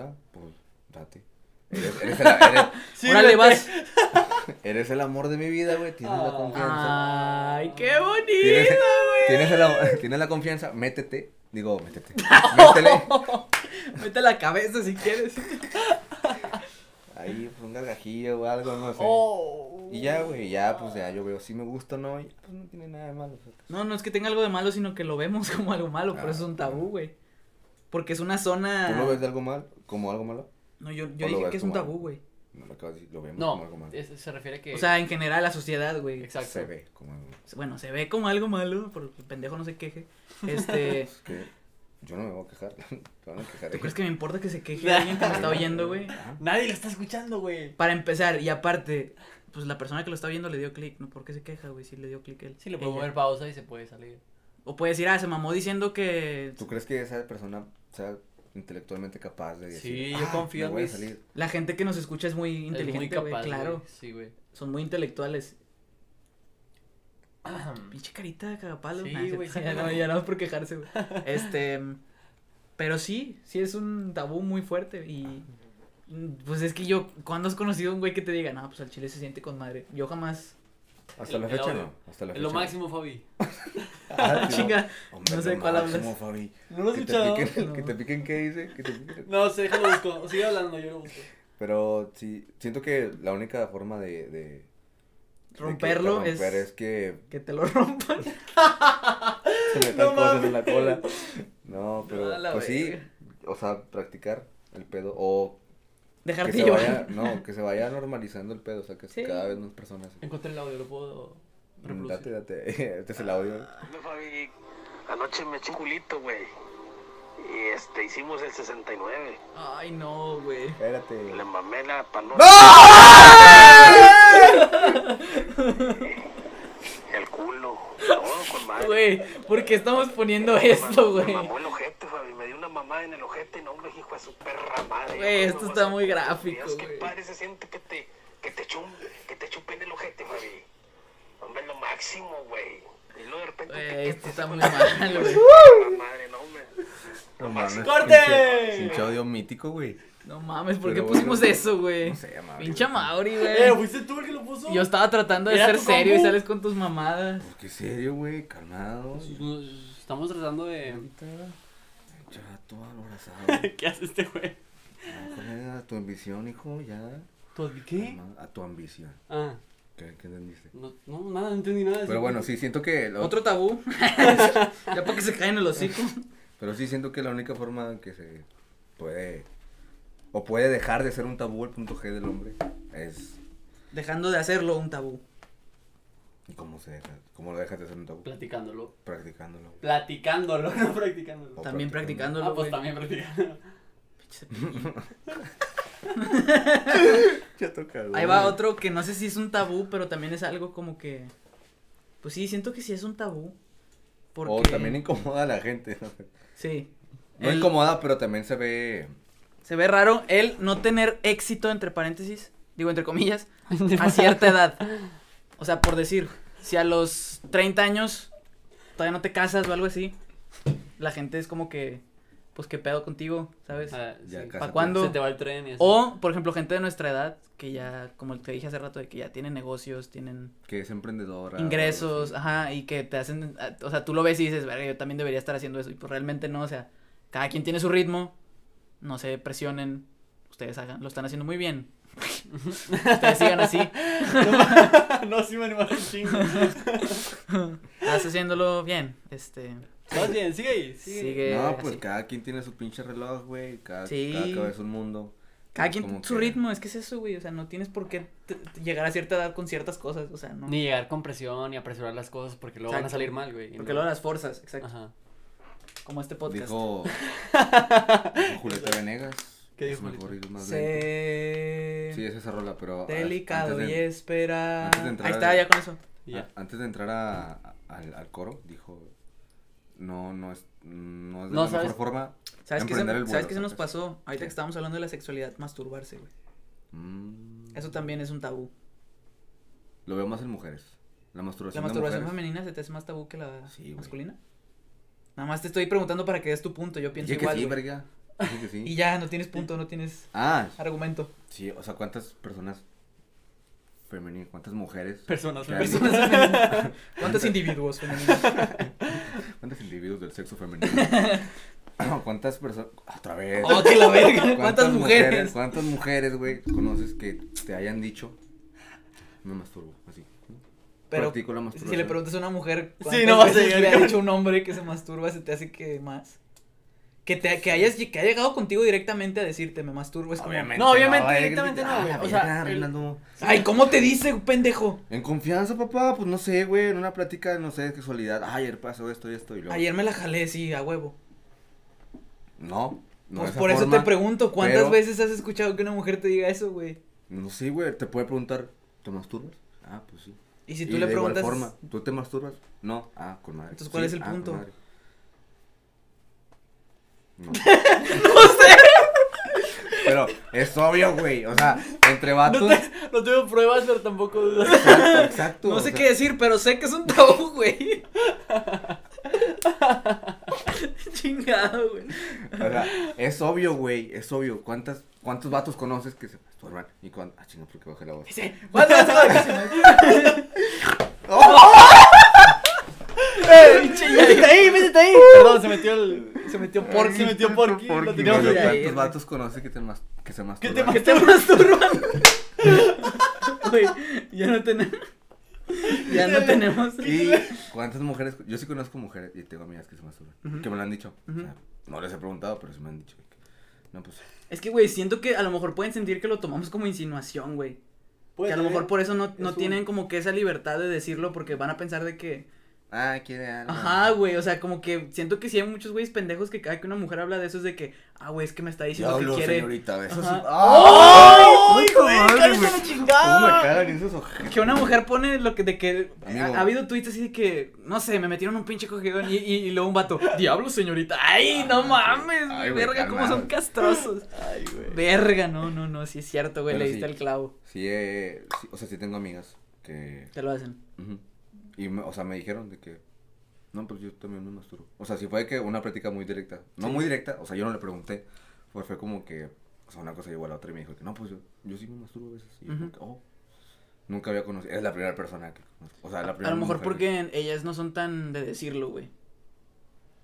Va, pues, date. Eres, eres el, eres-
¡Órale, vas!
eres el amor de mi vida, güey. Tienes la
Ah.
confianza.
¡Ay, qué
Tienes,
bonito!
tienes, el am- tienes la confianza. Métete. Digo,
[laughs]
métete. Métele.
Mete la cabeza si quieres.
Ahí, pues, un gargajillo o algo, no sé.
Oh.
Y ya, güey, ya, pues ya yo veo si me gusta o no, y pues no tiene nada de malo. o sea, pues,
No, no es que tenga algo de malo, sino que lo vemos [laughs] como algo malo. Por
Ah.
eso es un tabú, güey. Porque es una zona.
Ah.
¿Tú lo ves de algo mal? ¿Como algo malo?
No, yo,
o lo
yo dije
ves
que es un
como
tabú,
algo?
güey.
No, lo acabas de decir, lo vemos como algo
No,
malo.
es- se refiere que.
O sea, en general, la sociedad, güey.
exacto.
Se ve como algo
Bueno, se ve como algo malo, por pendejo no se queje.
[laughs]
Este.
Es que yo no me voy a quejar, [laughs] te van a quejar.
¿Tú
eh.
crees que me importa que se
[laughs]
queje alguien que me está oyendo, güey?
Ajá.
Nadie lo está escuchando, güey.
Para empezar, y aparte, pues la persona que lo está viendo le dio clic, ¿no? ¿Por qué se queja, güey? Si le dio clic él.
Sí, le puedo
ella.
poner pausa y se puede salir.
O puede decir, ah, se mamó diciendo que
¿Tú crees que esa persona sea intelectualmente capaz de decir?
Sí, yo
"Ah,
confío
me
en
voy a
mis-
salir"?
la gente que nos escucha es muy inteligente,
es
güey,
muy capaz.
claro.
güey.
[clears throat]
Sí, güey.
Son muy intelectuales.
Ahem.
Pinche carita de cagapalo.
Sí,
Nah, es
güey,
cierto.
sí,
ya, [laughs] no,
güey.
ya no es por quejarse,
[laughs]
güey. Este, pero sí, sí es un tabú muy fuerte y... mm, Pues es que yo, ¿cuándo has conocido a un güey que te diga, no, pues al chile se siente con madre? Yo jamás.
Hasta la
El
fecha
audio.
no. Hasta la fecha.
Lo
no.
máximo, Fabi.
[laughs]
Ah, [laughs] sí, no.
Chinga,
Hombre,
no sé
lo
cuál hablas.
máximo, Fabi.
¿No lo has
Que te
escuchado?
piquen-
No.
Que te piquen qué dice. Que te piquen.
No sé, déjalo busco. Sigue hablando, yo lo busco.
Pero sí, siento que la única forma de. de de que- de
Romperlo es-
romper
[laughs]
es que
que te lo rompan.
se metan
No
cosas
mames.
en la cola.
[laughs]
No, pero
A la
pues sí,
verga.
o sea, practicar el pedo o que
[laughs] Dejarte
se vaya,
llevar. [laughs]
no, que se vaya normalizando el pedo, o sea, que
Sí. pues
cada vez más personas.
Encontré el audio, lo puedo
Mm, Date,
reproducir.
date. Este es el audio.
No, Fabi, anoche me eché un culito, güey. Y este, hicimos el 69.
Ay, no, güey.
Espérate.
Le mamé la panora. [laughs] El culo. Todo con madre.
Güey, ¿por qué estamos poniendo esto,
Me
güey?
mamó el ojete, Fabi. Me dio una mamada en el ojete. No, hombre, hijo de su perra madre.
Güey, esto
No,
está
no,
muy
no,
gráfico,
Dios, qué
güey.
padre se siente que te, que te, chum- que te chupen el ojete, Fabi. Hombre, lo máximo, güey. Y luego de repente
Güey,
te
esto está
con
muy
la-
mal, güey.
Perra Madre, no, hombre.
No mames,
¡Corte!
pinche- Pinche odio mítico, güey.
No mames, ¿por
Pero
qué
bueno,
pusimos
güey.
eso, güey?
No sé, Mauri.
Pinche Mauri,
Eh,
güey.
¿fuiste tú el que lo puso?
Yo estaba tratando de
¿Era
ser
tu
serio y
compu?
sales con tus mamadas.
Pues, ¿Qué serio, güey? Calmado.
Pues,
Estamos tratando de... [laughs]
Ya, todo
[laughs]
abrazado.
¿Qué hace este güey?
A tu ambición, hijo, ya.
¿Qué?
Calma, A tu ambición.
Ah,
¿Qué, qué entendiste?
no, no, nada, no entendí nada. de
Pero
eso.
bueno, sí, siento que. lo-
Pues, Otro
[laughs]
tabú. ya para que se caigan el hocico.
Pero sí siento que la única forma que se puede. O puede dejar de ser un tabú el punto G del hombre es.
Dejando de hacerlo un tabú.
¿y ¿Cómo se deja? ¿Cómo lo dejas de ser un tabú?
Platicándolo.
Practicándolo.
[laughs]
güey.
Platicándolo, [laughs] no practicándolo.
O
También practicándolo,
Ah,
güey. [laughs]
pues también practicándolo.
Pinche cepillín.
Ya toca, güey.
Ahí va otro que no sé si es un tabú, pero también es algo como que. Pues sí, siento que sí es un tabú. Porque.
O Oh, también incomoda a la gente. No,
Sí.
No
El-
incomoda, pero también se ve.
Se ve raro el no tener éxito, entre paréntesis, digo entre comillas, [laughs] a cierta edad. O sea, por decir, si a los 30 años todavía no te casas o algo así, la gente es como que, pues qué pedo contigo, ¿sabes?
Ah,
Ya
sí.
casi.
¿Pa' cuándo?
Se te va el tren y así.
O, por ejemplo, gente de nuestra edad, que ya, como te dije hace rato, de que ya tienen negocios, tienen
Que es emprendedora.
ingresos, ajá, y que te hacen, ah, o sea, tú lo ves y dices, verga, yo también debería estar haciendo eso, y pues realmente no, o sea, cada quien tiene su ritmo, no se presionen, ustedes hagan, lo están haciendo muy bien, [laughs] ustedes sigan así,
[laughs] no, sí me animaron chingo.
estás haciéndolo bien, este,
Estás bien, sigue ahí. Sigue.
sigue
No, pues
así.
cada quien tiene su pinche reloj, güey. Cada,
Sí.
cada cabeza es un mundo.
cada
Es
quien
como
tiene su
que-
ritmo, es que es eso, güey, o sea, no tienes por qué t- t- llegar a cierta edad con ciertas cosas, o sea, no,
Ni llegar con presión y apresurar las cosas porque luego van a
Exacto.
salir mal, güey. y
porque
no.
luego las fuerzas, exacto,
Ajá.
como este podcast.
Dijo,
[laughs]
dijo Julieta Venegas.
¿Qué
es
dijo
mejor
Julieta?
ir más lento.
Se...
Sí, es esa rola, pero. a-
Delicado
antes
y
de-
espera.
antes de entrar
Ahí está,
al-
ya con eso.
Y
a-
Ah.
ya.
antes de entrar a- a- al, al coro, dijo. No, no es, no es de
No,
la
¿sabes?
mejor forma.
¿Sabes qué, se,
Emprender el
¿sabes
vuelo,
qué se nos
sacas.
pasó? Ahorita
¿Qué?
que estábamos hablando de la sexualidad, masturbarse, güey.
Mm,
Eso también es un tabú.
Lo veo más en mujeres. La
¿La
masturbación. de
masturbación
mujeres.
femenina se te hace más tabú que la
Sí, güey.
masculina? Nada más te estoy preguntando para que des tu punto, yo pienso
Dije que
igual.
sí,
güey.
verga. Dije que
[laughs] y
sí.
ya, no tienes punto, no tienes
Ah,
argumento.
sí, o sea, ¿cuántas personas femeninas, cuántas mujeres?
Personas,
que han-
personas.
[laughs] Personas femeninas.
[laughs]
¿Cuántos individuos femeninos?
¿Cuántos individuos del
[laughs]
sexo femenino? ¿Cuántas personas? Otra vez.
¡Oh, que la verga! ¿Cuántas, mujeres?
¿Cuántas mujeres, güey, conoces que te hayan dicho? Me masturbo, así.
Pero
Practico la
si
masturbación.
le preguntas a una mujer
Sí,
cuántas
no vas a
veces
llegar
le ha
con-
dicho un hombre que se masturba, se te hace que más. Que, te, que, hayas, que haya llegado contigo directamente a decirte, me masturbo, es como...
Obviamente.
No, obviamente,
güey,
directamente no,
ah,
güey,
la
o sea,
verga,
el-
Reinaldo.
Ay, ¿cómo te dice, pendejo?
En confianza, papá, pues no sé, güey, en una plática, no sé, de casualidad. "Ah, Ayer pasó esto y esto y luego.
Ayer me la jalé, sí, a huevo.
No, no de
pues
esa
por eso
forma.
te pregunto, ¿cuántas
pero-
veces has escuchado que una mujer te diga eso, güey?
No sé, güey, te puede preguntar, ¿te masturbas? Ah, pues sí.
Y si
Y
tú le
de igual
preguntas... [laughs]
forma, ¿tú te masturbas? No. Ah, con madre.
Entonces, ¿cuál es el
ah, con
punto? [laughs]
madre. No. Pero es obvio, güey. O sea, entre vatos.
No, te- no tengo pruebas, pero tampoco dudas.
Exacto, exacto,
No
o
sé
sea,
qué decir, pero sé que es un tabú, [laughs] güey. Chingado, güey.
o
[laughs]
sea, es obvio, güey. Es obvio. ¿Cuántas, ¿Cuántos vatos conoces que se masturban? Y cuántos. Ah, chinga, porque bajé la voz.
Sí, [laughs] ¿Cuántas veces?
¡Métete ahí, métete ahí!
Uh.
Perdón, se metió el... Se metió Porky. Se metió Porky. Lo
Porque,
tiramos
bueno,
de
allá.
ahí,
¿Cuántos
güey.
vatos conoces que, te mas- que se
¿Qué
masturban?
te
que te masturban. Güey, ya no tenemos. Ya [laughs] no tenemos.
¿Y cuántas mujeres? Yo sí conozco mujeres y tengo amigas que se masturban. Que me lo han dicho. O sea, no les he preguntado, pero sí me han dicho. que- No, pues.
Es que, güey, siento que a lo mejor pueden sentir que lo tomamos como insinuación, güey. Que a lo mejor por eso no, no
es un-
tienen como que esa libertad de decirlo porque van a pensar de que
Ah, quiere algo.
Ajá, güey, o sea, como que siento que sí hay muchos güeyes pendejos que cada que una mujer habla de eso es de que, ah, güey, es que me está diciendo
Diablo,
que quiere.
señorita, besos.
Ajá.
¡Ay, puta
güey,
madre,
cállate
güey!
la chingada!
¿Cómo me cagan esos ojetes?
Que una mujer pone lo que de que
Amigo.
ha, ha habido tweets así de que, no sé, me metieron un pinche cogedón y, y, y luego un vato, diablo, señorita. Ay, no mames,
Ah, Ay, güey,
verga, cómo
calmado.
son castrosos.
Ay, güey.
Verga, no, no, no, sí es cierto, güey,
Pero
le diste
sí.
el clavo.
Sí, eh, sí, o sea, sí tengo amigas que...
Te lo hacen.
ujú, Y, me- o sea, me dijeron de que... No, pues yo también me masturbo. O sea, sí fue que una práctica muy directa. No muy directa, o sea, yo no le pregunté. Pues fue como que... O sea, una cosa llegó a la otra y me dijo que no, pues yo, yo sí me masturbo a veces. Y yo
Ujú.
como que, oh, nunca había conocido. Es la primera persona que... conozco, O sea, la
A
primera
lo mejor
mujer que-
porque ellas no son tan de decirlo, güey.
o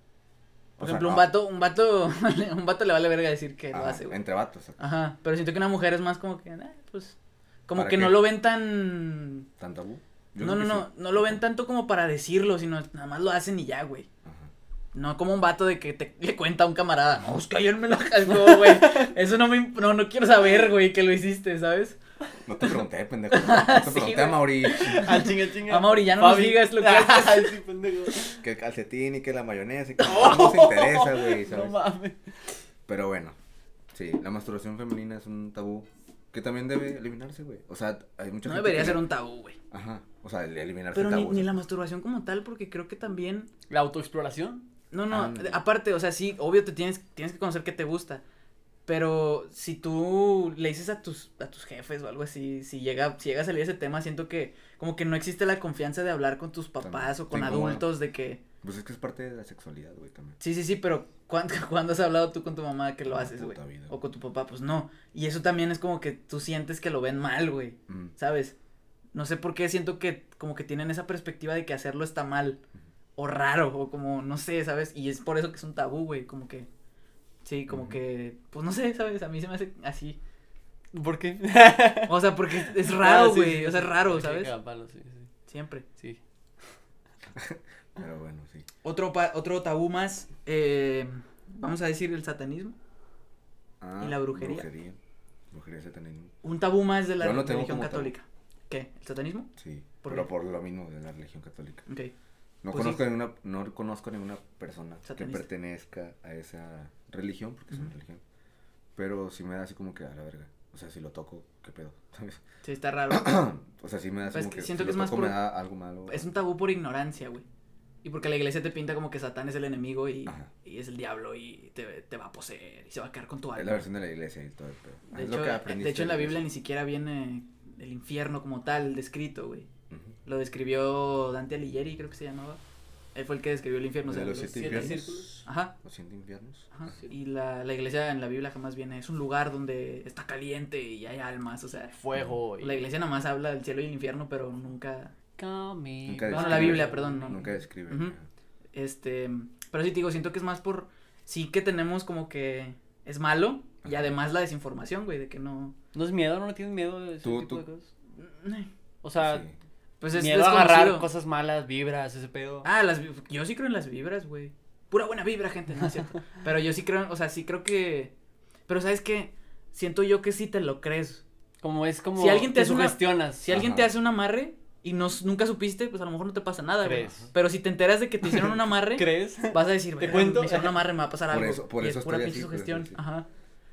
Por
sea, ah.
ejemplo, un
no,
vato, un vato, [laughs] un vato le vale verga decir que lo
ajá,
hace, güey.
Entre vatos, o sea,
Ajá, pero siento que una mujer es más como que, "Ah, pues, como
¿Para
que
qué?
no lo ven tan...
tan tabú. Yo
No,
creo
no,
que
no,
sí.
no lo ven tanto como para decirlo, sino nada más lo hacen y ya, güey.
Ajá.
No como un vato de que te, le cuenta a un camarada, no, es que ayer me la jalgó,
[laughs]
güey. Eso no me, imp- no, no quiero saber, güey, que lo hiciste, ¿sabes?
No te pregunté, pendejo. No te
[laughs] Sí,
pregunté a
güey.
Mauri.
Ah, chinga, chinga.
Ah, Mauri, ya no nos
Fabi.
digas lo que
[laughs] Ay, sí, pendejo.
Que el calcetín y que la mayonesa.
[laughs]
y que no se interesa, güey,
No
¿sabes?
mames.
Pero bueno, sí, la masturbación femenina es un tabú que también debe eliminarse, güey. O sea, hay mucha
No
gente
debería
que-
ser un tabú, güey.
Ajá, o sea, el eliminarse
Pero
tabú.
ni,
o sea.
ni la masturbación como tal, porque creo que también...
¿La autoexploración?
No, no,
Ah, no.
aparte, o sea, sí, obvio te tienes, tienes que conocer que te gusta. Pero si tú le dices a tus, a tus jefes o algo así, si llega, si llega a salir ese tema, siento que como que no existe la confianza de hablar con tus papás
También.
o con
Sí, como-
adultos de que,
Pues es que es parte de la sexualidad, güey, también.
sí, sí, sí, pero ¿cuándo, [laughs] cuándo has hablado tú con tu mamá que lo
Una
haces, güey?
puta vida.
O con tu papá, pues no. Y eso también es como que tú sientes que lo ven mal, güey,
Mm.
¿sabes? No sé por qué siento que como que tienen esa perspectiva de que hacerlo está mal o raro o como, no sé, ¿sabes? Y es por eso que es un tabú, güey, como que... Sí, como
Ujú.
que, pues no sé, ¿sabes? A mí se me hace así.
¿Por qué?
O sea, porque es- [laughs]
[laughs]
es
Ah,
raro,
sí,
güey.
sí,
O sea, es
sí.
raro,
Sí,
¿sabes?
cagapalo, sí, sí,
Siempre.
sí.
Pero bueno, sí.
Otro, pa- otro tabú más, eh, vamos a decir el satanismo.
Ah,
la brujería?
Brujería, brujería satanismo.
Un tabú más de la
Yo lo tengo
religión
como tabú.
católica. ¿Qué? ¿El satanismo?
Sí,
¿Por
pero
qué?
por lo mismo de la religión católica.
Ok.
No
Pues sí.
conozco ninguna, no conozco ninguna persona que
Satanista.
pertenezca a esa religión, porque es una
Ujú.
religión. Pero sí me da así como que a la verga. O sea, si lo toco, qué pedo, [laughs] ¿sabes?
Sí, está
[coughs]
raro.
o sea, sí me da así
Pues
como
que
que,
siento
si
que
lo
es más
toco, me
por-
da algo malo.
es un tabú por ignorancia, güey. Y porque la iglesia te pinta como que Satán es el enemigo y,
Ajá.
y es el diablo y te, te va a poseer y se va a quedar con tu
Es la
alma.
versión de la iglesia y todo el pedo. Ah,
De
es
hecho,
lo que aprendiste
de hecho, en la
de
Biblia ni
iglesia.
siquiera viene el infierno como tal descrito, güey.
Ujú.
Lo describió Dante Alighieri, creo que se llamaba. Él fue el que describió el infierno.
El de
según
los
los-
siete
siete
infiernos.
círculos.
Ajá.
Los siete infiernos.
Ajá, Y la, la iglesia en la Biblia jamás viene, es un lugar donde está caliente y hay almas, o sea,
Fuego y...
la iglesia nomás habla del cielo y el infierno, pero nunca,
Come.
Nunca
Bueno, la
describe-
Biblia, perdón, no.
Nunca describe.
Ujú.
ajá.
este, pero sí te digo, siento que es más por, sí que tenemos como que es malo y
Ajá.
además la desinformación, güey, de que no,
¿No es miedo? ¿No le tienes miedo a ese
Tú-
tipo
tú-
de cosas?
eh,
O sea,
Sí.
pues es
miedo a agarrar
desconocido.
cosas malas, vibras, ese pedo.
Ah, las, vi- yo sí creo en las vibras, güey, pura buena vibra, gente, no es
[laughs]
cierto, pero yo sí creo, o sea, sí creo que, pero ¿sabes qué? Siento yo que sí te lo crees,
Como es como...
Si alguien te hace una-
sugestionas.
Si alguien te
Ajá.
hace un amarre y no, s- nunca supiste, pues a lo mejor no te pasa nada, güey.
¿Crees?
Pero si te enteras de que te hicieron un amarre,
[laughs] ¿Crees?
vas a decir, "Verga,
cuento?"
Me hicieron un amarre, me va a pasar
Por
algo.
eso- por
y
eso
es pura
estoy
pinche
así, por eso
sugestión.
estoy así.
Ajá.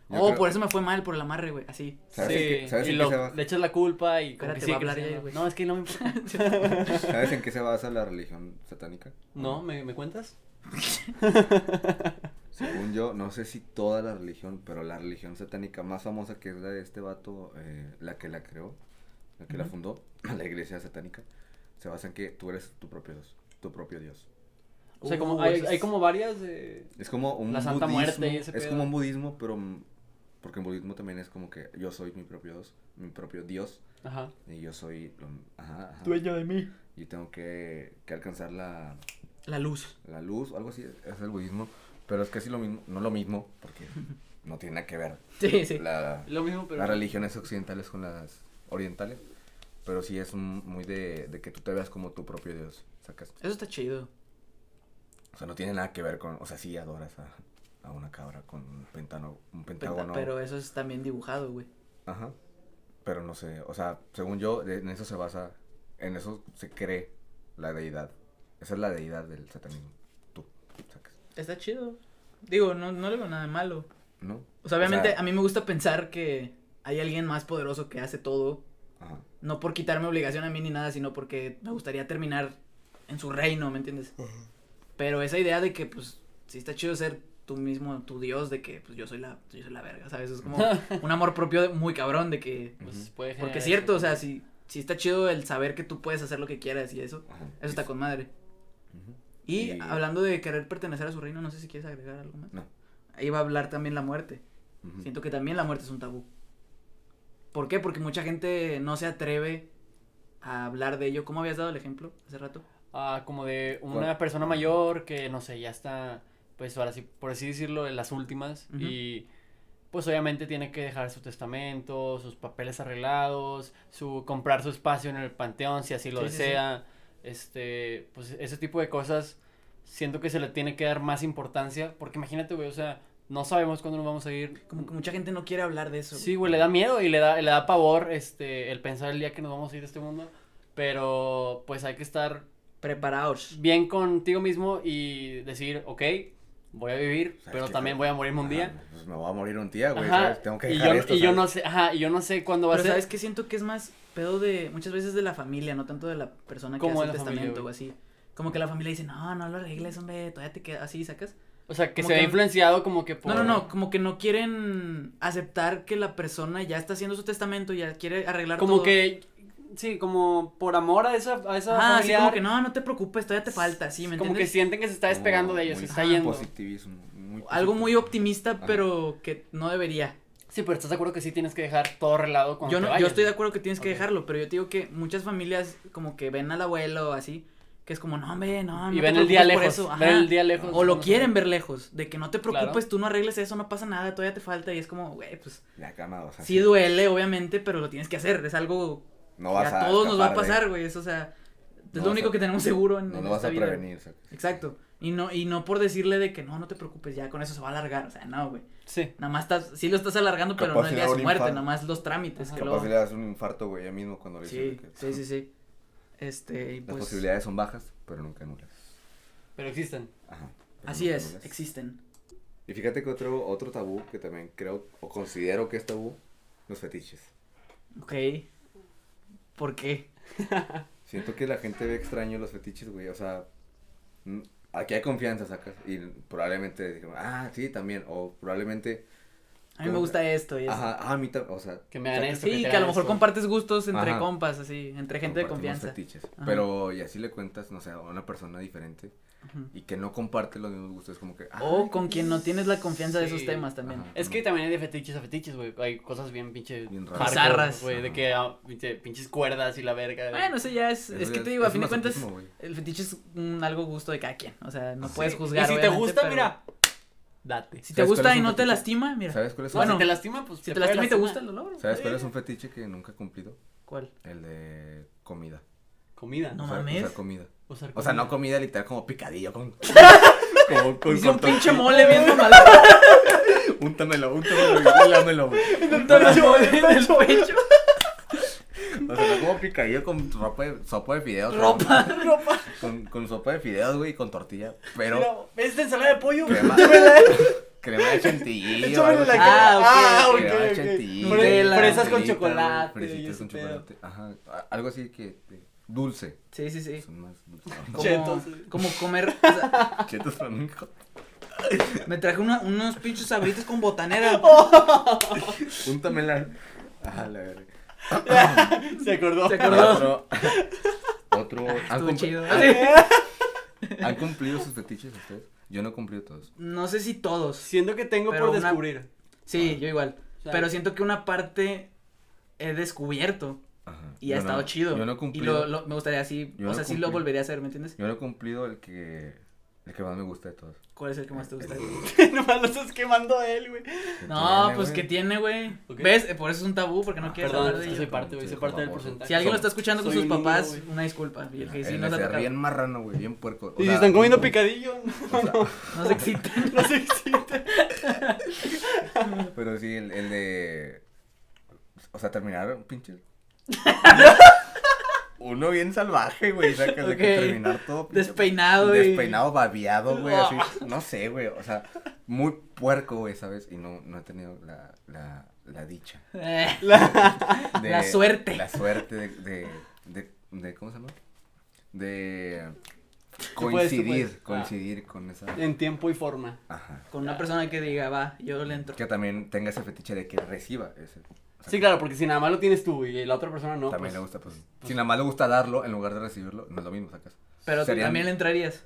Yo
oh,
creo-
por eso me fue mal por el amarre, güey. Así.
¿Sabes
sí.
en qué- sabes
y
en qué
lo-
se va?
le echas la culpa y como
Espérate,
que
va a
sigue
hablar ya,
creciendo.
güey.
No, es que no me
[laughs]
[laughs]
importa.
¿Sabes en qué se basa la religión satánica?
No, ¿me, me cuentas?
Según yo, no sé si toda la religión, pero la religión satánica más famosa que es la de este vato, eh, la que la creó, la que la
Ujú.
fundó, [clears throat] la iglesia satánica, se basa en que tú eres tu propio Dios, tu propio Dios.
O sea,
Uh,
como hay,
eso es-
hay como varias de...
Es como un
La Santa
budismo,
Muerte y ese
es
pedo.
como un budismo, pero mm, porque en budismo también es como que yo soy mi propio Dios, mi propio Dios
Ajá.
y yo soy lo- ajá, ajá,
de mí.
y tengo que, que alcanzar la,
La luz. [laughs]
la luz o algo así, es el budismo, pero es casi lo mismo, no lo mismo, porque no tiene nada que ver.
Sí, sí.
La,
Lo mismo, pero...
las religiones occidentales con las orientales. Pero sí es un- muy de, de que tú te veas como tu propio Dios, sacas.
Eso está chido.
O sea, no tiene nada que ver con, o sea, sí adoras a, a una cabra con un pentano,
Pero,
un pentágono.
pero eso es también dibujado, güey.
Ajá. Pero no sé, o sea, según yo, de- en eso se basa, en eso se cree la deidad Esa es la deidad del satanismo. Tú. sacas.
Está chido. Digo, no, no le veo nada de malo.
¿No?
O sea, obviamente
sea,
a mí me gusta pensar que hay alguien más poderoso que hace todo.
ajá.
No por quitarme obligación a mí ni nada, sino porque me gustaría terminar en su reino, ¿me entiendes? Pero esa idea de que, pues, sí está chido ser tú mismo, tu dios, de que, pues, yo soy la, yo soy la verga, ¿sabes? Es como un amor propio de- muy cabrón de que...
Pues
Ujú.
puede generar
Porque es
eso.
cierto, o sea, sí, sí está chido el saber que tú puedes hacer lo que quieras y eso.
Ajá.
Eso está con madre.
Ujú.
Y
Y-
hablando de querer pertenecer a su reino, no sé si quieres agregar algo más.
No.
Ahí va a hablar también la muerte.
Ujú.
Siento que también la muerte es un tabú. ¿Por qué? Porque mucha gente no se atreve a hablar de ello. ¿Cómo habías dado el ejemplo hace rato?
Ah, como de una
¿Cuál?
persona mayor que, no sé, ya está, pues ahora sí, por así decirlo, en las últimas.
Ujú.
Y pues obviamente tiene que dejar su testamento, sus papeles arreglados, su comprar su espacio en el panteón si así lo
Sí, sí, sí.
desea. Este, pues ese tipo de cosas siento que se le tiene que dar más importancia. Porque imagínate, güey, o sea, no sabemos cuándo nos vamos a ir.
Como que mucha gente no quiere hablar de eso.
Sí, güey, le da miedo y le da, le da pavor este, el pensar el día que nos vamos a ir de este mundo. Pero pues hay que estar
Preparaos.
bien contigo mismo y decir, ok, voy a vivir,
¿Sabes
pero
qué?
también voy a morirme un día.
Ajá, Pues me voy a morir un día, güey.
Ajá,
¿sabes? Tengo que
y
dejar
yo,
esto,
y yo
¿sabes?
no sé, ajá, y yo no sé cuándo va
Pero
a ser.
sabes que siento que es más pedo de muchas veces de la familia, no tanto de la persona que
Como
hace
de
el
la familia,
testamento o
güey.
así. Como que la familia dice, no, no lo arregles, hombre, todavía te queda así, sacas.
o sea, que
como
se ve
que-
influenciado como que por...
No, no, no, como que no quieren aceptar que la persona ya está haciendo su testamento, ya quiere arreglar
Como
todo.
que, sí, como por amor a esa, a esa
Ah, sí,
familiar,
como que no, no te preocupes, todavía te falta, sí, ¿me
como que
entiendes?
sienten que se está despegando
Como
de ellos,
muy Ah, pues
se está yendo.
Positivismo. muy
Algo muy
positivo.
optimista,
Ajá.
pero que no debería.
Sí, pero estás de acuerdo que sí tienes que dejar todo arreglado cuando
Yo,
te
no, yo
vayas,
estoy de
güey?
acuerdo que tienes que
Ok.
dejarlo, pero yo te digo que muchas familias como que ven al abuelo así, que es como, no, hombre, no, no
Y
te
ven el día
preocupes por
lejos,
eso,
ven
ajá.
el día lejos.
O lo
no sé.
quieren ver lejos, de que no te
Claro.
preocupes, tú no arregles eso, no pasa nada, todavía te falta, y es como, güey, pues,
La cama, o sea,
sí duele, obviamente, pero lo tienes que hacer, es algo
No
que
vas
a todos nos va a
escapar de-
pasar, güey, es, o sea, es
No
lo
vas
único
a-
que tenemos seguro en
No
en
lo vas
esta
a
vida, güey.
prevenir, o sea,
Exacto. Y no, y no por decirle de que no, no te preocupes, ya con eso se va a alargar. O sea, no, güey.
Sí.
Nada más estás, sí lo estás alargando, pero
Capaz
no el
le
día
da
de su
un
muerte,
infarto.
nada más los trámites que
Capaz
luego.
le das un infarto, güey, ya mismo cuando le
Sí,
dicen que- [laughs]
sí, sí, sí. Este, y
Las
pues.
posibilidades son bajas, pero nunca nulas.
Pero existen.
Ajá. pero
Así
nunca
es,
nulas.
existen.
Y fíjate que otro, otro tabú que también creo o considero que es tabú, los fetiches.
Ok. ¿Por qué?
Siento que la gente ve extraño los fetiches, güey. O sea, mm, aquí hay confianza, sacas. Y probablemente, digan, ah, sí, también. O probablemente,
A mí me
Como-
gusta esto y eso.
ajá, ah, a mí tam- O sea,
Que me hagan
sacas,
esto.
Sí,
te
que a lo
hagan
mejor
esto.
compartes gustos entre
Ajá.
compas, así, entre gente de
compartimos
confianza.
fetiches.
Ajá.
Pero, y así le cuentas, no sé, a una persona diferente
Ujú.
y que no comparte los mismos gustos. Es como que, ah,
O con quien no tienes la confianza de esos
Sí.
temas también.
Ajá.
Es que también hay de fetiches a fetiches, güey. Hay cosas bien pinche
Bien raras.
hardcore,
Bizarras.
güey, de que ah, pinche- pinches cuerdas y la verga. güey.
Bueno, eso ya es.
eso
Es que
ya
te digo, a
es
fin de cuentas,
masoquismo, güey.
el fetiche es un, algo gusto de cada quien. O sea, no
Sí.
puedes
Sí,
juzgar.
Y si te
obviamente,
gusta,
pero-
mira,
Si
date.
te
Ah, ¿Sabes cuál
gusta
es
y
un
no te
fetiche?
lastima, mira.
¿Sabes cuál es
No,
un-
Bueno,
si te lastima, pues
Si te
puede
lastima y te gusta,
lastimar.
lo logras.
¿Sabes cuál es un fetiche que nunca he cumplido?
¿Cuál?
El de comida.
Comida.
No
usar,
mames.
usar comida.
Usar
O sea, no
comida.
comida literal como picadillo
[laughs]
con. como con,
Hice un
con to-
pinche mole bien mal.
Úntamelo, úntamelo y lámelo, güey.
[laughs]
del [laughs] pecho.
O sea, no como picadillo con ropa de, sopa de fideos.
Ropa.
¿no?
Ropa,
Con, con sopa de fideos, güey, y con tortilla. Pero
pero, ¿Es de ensalada de pollo? [laughs]
crema, crema de chantilly. o algo
Échamele la
así.
Ah,
Ah,
ok,
ok,
Crema de chantilly.
ok.
Nutella,
Fre- Fresas con
Frutita,
chocolate.
güey,
y
Fresitas
ese
con
pedo.
chocolate. Ajá. a- Algo así que. que Dulce.
Sí, sí, sí.
Son más dulces.
Como,
Chetos.
como comer. o sea,
[laughs] Chetos flamenco.
me traje una- unos pinchos sabritos con botanera.
Úntamela. Ajá, la verga.
Se acordó.
Se acordó.
Otro. Otro. han,
Estuvo
cum-
chido.
¿Han cumplido sus fetiches ustedes? Yo no he cumplido todos.
No sé si todos.
Siento que tengo
Pero
por
una-
descubrir. [laughs]
Sí, yo igual.
O sea,
Pero siento que una parte he descubierto
Ajá.
y ha
Yo no-
estado chido.
Yo no he
Y
cumplido.
lo, lo- me gustaría así.
Yo
o
no
sea, sí lo
cumplí.
volvería a hacer, ¿me entiendes?
Yo no he cumplido el que. El que más me gusta de todos.
¿Cuál es el que más te gusta?
El-
Nomás lo estás quemando a él, güey.
el
No,
tiene,
pues que
güey.
tiene, güey.
Ok.
¿Ves? Eh, Por eso es un tabú, porque no
Ah,
quieres
perdón,
hablar de
sí,
ello.
soy parte, güey, soy parte del porcentaje.
Si alguien lo
Son-
está escuchando con sus
soy un niño,
papás,
güey.
una disculpa. Y el que
El
sí
de
nos ha
ser
tocado.
bien marrano, güey, bien puerco. O
Y si
sea,
están
[laughs]
comiendo
o-
picadillo,
o sea,
No se exciten.
no se excita.
Pero sí, el, el de. O sea, terminar un pinche. uno bien salvaje, güey, sacas de que
Ok.
terminar todo. pinche-
Despeinado y-
Despeinado, babeado, güey, así,
Oh.
no sé, güey, o sea, muy puerco, güey, ¿sabes? Y no, no he tenido la, la, la dicha.
[laughs] Eh,
de-
La suerte.
La suerte de, de, de, de- ¿cómo se llama? De
Tú puedes, tú
coincidir,
Ah.
puedes.
coincidir con esa,
En tiempo y forma.
ajá.
Con una persona que diga, va, Eh. yo le entro.
Que también tenga ese fetiche de que reciba ese.
Sí, claro, porque si nada más lo tienes tú y la otra persona no.
también
pues,
le gusta, pues,
pues-
Si nada más le gusta darlo en lugar de recibirlo, no es lo mismo, sacas.
Pero tú
Serían-
también le entrarías.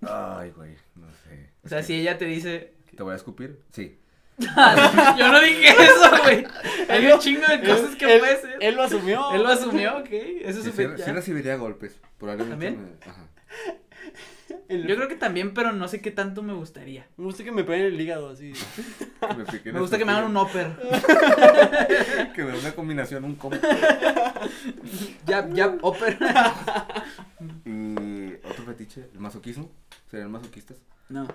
Ay, güey, no sé.
O sea,
Es
si
que-
ella te dice. [laughs]
¿Te voy a escupir? Sí.
yo no dije eso, güey.
[laughs]
Hay un chingo de cosas que
él,
puede ser.
Él lo asumió.
Él lo
[laughs]
asumió, ok. Eso es
Sí,
su
sí,
fe-
sí
ya.
recibiría golpes. Probablemente.
¿También?
me- ajá.
[laughs]
El-
Yo creo que también, pero no sé qué tanto me gustaría.
Me gusta que me peguen el hígado así.
Que me, piquen
Me
las
gusta que me hagan un
costillas.
upper.
[laughs] Que me den una combinación, un combo.
Ya, ya,
[laughs]
upper.
Y otro fetiche, el masoquismo. ¿Serían masoquistas?
No.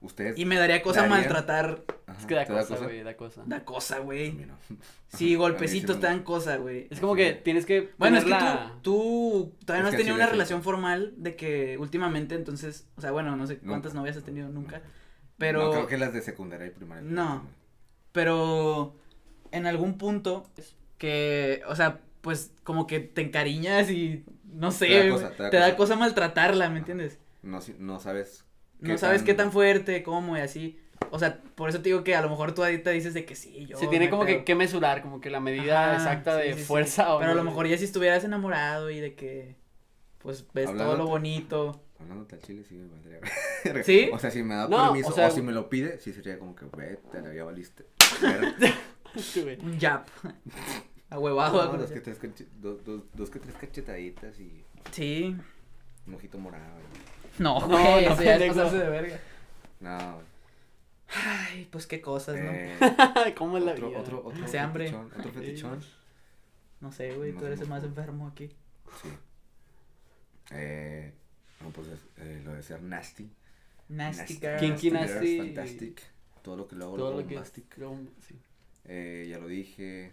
Ustedes.
Y me daría cosa
¿Daría?
maltratar.
Ajá,
Es que da
¿te da
cosa, güey, da cosa.
Da cosa,
A
güey.
mí no. [laughs]
Sí,
A mí sí
golpecitos
me
te dan cosa, güey.
Es como que tienes que.
Bueno, es que
ponerla-
tú, tú todavía no
Es
has
que
tenido
así
una
de
relación
feito.
formal de que últimamente, entonces, o sea, bueno, no sé
Nunca.
cuántas novias has tenido nunca,
No,
pero,
creo que las de secundaria y primaria.
No. pero en algún punto que, o sea, pues como que te encariñas y no sé,
Te da
güey,
cosa, te da cosa.
maltratarla, ¿me entiendes?
No, si- no sabes.
No sabes qué tan fuerte, cómo y así. O sea, por eso te digo que a lo mejor tú ahorita dices de que sí, yo.
Se tiene
me
como que,
pego.
que mesurar, como que la medida
Ajá,
exacta
sí,
de
sí, sí.
fuerza. o
Pero a
no.
lo mejor ya si estuvieras enamorado y de que, pues ves todo lo
Hablándote.
bonito.
Hablando tal chile, sí me
[laughs]
valdría. verga.
¿Sí?
O sea, si me da
No,
permiso
o
o,
sea-
si me lo pide, sí sería como que vete, la ya
[laughs]
valiste. Verga.
[laughs]
[laughs]
Sí, güey. [laughs]
Un [laughs] jab.
No,
Ahuevado.
dos, que tres canche- dos, dos- dos que tres cachetaditas y
Sí.
un ojito morado. y-
No,
No,
güey,
no,
eso ya es
pendejo.
pasarse de verga.
No, güey.
Ay, pues qué cosas, ¿no?
[laughs]
Eh,
Ay, ¿Cómo es la
otro,
vida?
otro, otro
Hace hambre.
fetichón, Otro
Sí.
fetichón.
No sé, güey,
no
tú eres el
somos-
más enfermo aquí.
Sí. Eh, no, pues es, eh, lo de ser nasty.
Nasty
girls,
girl.
Kinky nasty.
girls, Fantastic. Todo lo que luego
Todo lo que.
bombastic.
lo- sí.
Eh, ya lo dije.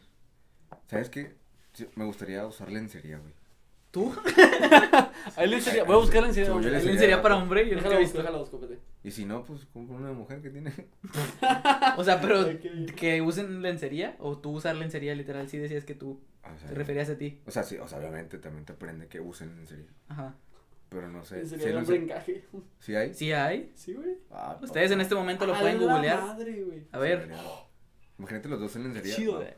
¿Sabes qué? Sí, me gustaría usar lencería, güey.
¿Tú?
Ahí le enseñaría- Voy a buscar la ansiedad.
Según yo,
¿Él
lencería
sería
de
para
vato.
hombre? Yo nunca
Déjalo
he
busco,
visto.
déjalo busco, espérate.
Y si no, pues como una mujer que tiene.
O sea, pero
Ok.
que usen lencería o tú usar lencería literal, sí decías que tú
O sea,
te referías a ti.
O sea, sí, o sea, obviamente también te aprende que usen lencería.
Ajá.
Pero no sé.
Sería
si hay
el hombre
lencería-
encaje.
¿Sí hay?
¿Sí hay?
Sí, güey.
Ah,
Ustedes en este momento lo pueden
A Ah, la
googlear.
madre, güey.
A ver.
lencería. Imagínate los dos en lencería.
Chido,
no.
güey.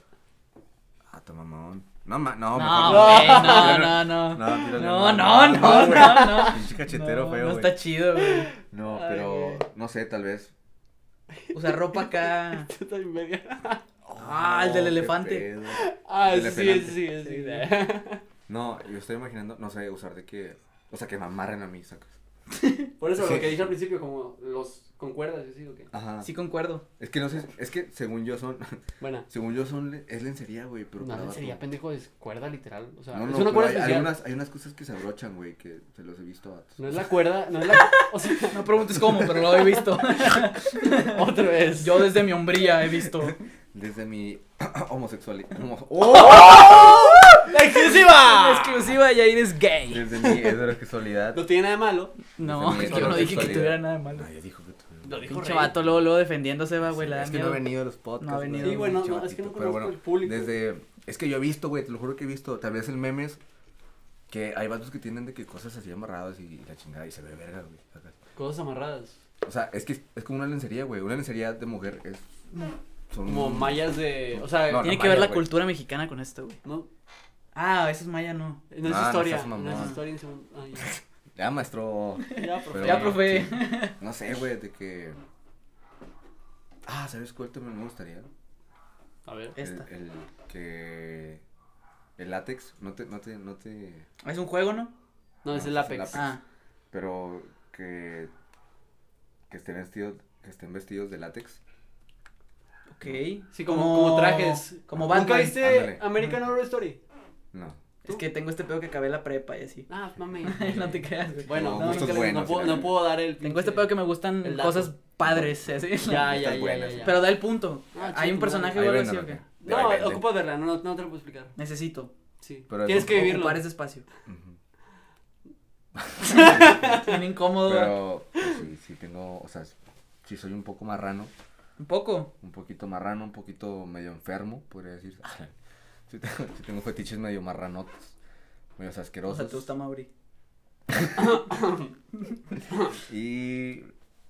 [laughs]
Ah, toma, mamón. No, ma-
No,
no, mejor
güey, no, no, no.
No, tírale,
No, no, no, no,
güey.
no.
[laughs] Pinche [laughs] cachetero
No,
feo,
no
güey.
está chido, güey.
No,
Ay,
pero
güey.
no sé, tal vez.
Usar ropa
[laughs]
acá.
Tú también, verga.
Ah, el del
Oh, qué
elefante.
pedo.
Ah,
El
sí, sí,
elefante.
sí, sí.
No, yo estoy imaginando, no sé, usar de que. O sea, que me amarren a mí, sacas.
Por eso,
Sí.
lo que dije al principio, como los con cuerdas, sí, sí, ok.
Ajá.
Sí concuerdo.
Es que no sé, es que según yo son. [laughs]
Buena.
Según yo son. le- Es lencería, güey, pero. para
No,
abajo.
sería pendejo, es cuerda literal. O sea,
No,
es
no,
una
pero
cuerda
hay, hay
especial.
unas, hay unas cosas que se abrochan, güey, que se los he visto a vatos.
No es la cuerda, no es la.
[laughs]
O sea,
No preguntes cómo, pero lo he visto.
[laughs] otra vez.
Yo desde mi hombría he visto.
Desde mi [coughs] ¡Oh! homosexualidad.
[laughs] ¡La
[laughs]
exclusiva!
Exclusiva, Yair es gay.
Desde mi heterosexualidad.
No tiene nada de malo.
No,
Desde mi
[laughs] yo no dije que
heterosexualidad.
tuviera nada de malo.
No, yo dijo que tuviera.
Lo dijo
Pinche
Rey.
vato luego, luego defendiéndose, va,
Sí,
güey. le da
es que no ha
miedo.
venido a los podcasts.
No ha
güey,
venido. Sí,
güey, no,
pinche
no, es que no
batito. Pero
conozco
bueno,
el público.
Desde, es que yo he visto, güey, te lo juro que he visto, tal vez en memes, que hay vatos que tienen de que cosas así amarradas y, la chingada y se ve verga, güey. sacas.
Cosas amarradas.
O sea, es que es como una lencería, güey. Una lencería de mujer es. Son
Como mallas de. O sea,
Mm. No,
no,
Tiene
la
que ver
maya,
la
güey.
cultura mexicana con esto, güey.
no,
Ah, eso es maya, no.
es
Ah, no
historia.
seas
No,
mamón.
es historia en segundo. Ay,
[laughs] Ya, maestro.
ya, profe.
Pero
ya,
bueno,
profe. [laughs]
No sé, güey, de que. Ah, ¿sabes cuál también me gustaría?
A ver.
El-
Esta.
El, que. El látex, no te, no te, no te.
Es un juego, ¿no?
No, es
No,
el
es el
Apex.
Apex.
Ah,
Pero que. Que estén vestidos, que estén vestidos de látex.
ok.
Sí, como, como trajes.
Como
¿Nunca
Batman.
viste
Ándale.
American Horror Story?
No.
Es que tengo este pedo que acabé la prepa y
[laughs]
así.
Ah, mami.
[laughs] no te creas, güey.
Bueno,
No,
no,
gustos
nunca le-
buenos,
no, puedo,
sí, la
no puedo dar el.
[laughs] Tengo este pedo que me gustan
El dato.
cosas padres, así.
Ya, ya,
Estas
ya, ya,
buenas.
ya.
Pero da el punto.
Ah,
Hay
chico,
un personaje
Ahí
o algo
venden
así, ¿o
acá.
qué?
Ya, ahí
No,
venden.
ocupa verla, no, no te lo puedo explicar.
Necesito.
Sí.
Pero
Tienes
es-
que vivirlo.
Ocupar ese espacio.
Ujú.
Bien incómodo. ¿verdad?
Pero pues, sí, sí tengo, o sea, sí soy un poco marrano,
Un poco.
un poquito marrano, un poquito medio enfermo, podría decir.
Ah.
[laughs] Sí tengo, sí tengo fetiches medio marranotes, medio
O
asquerosos.
sea, te gusta Mauri.
Y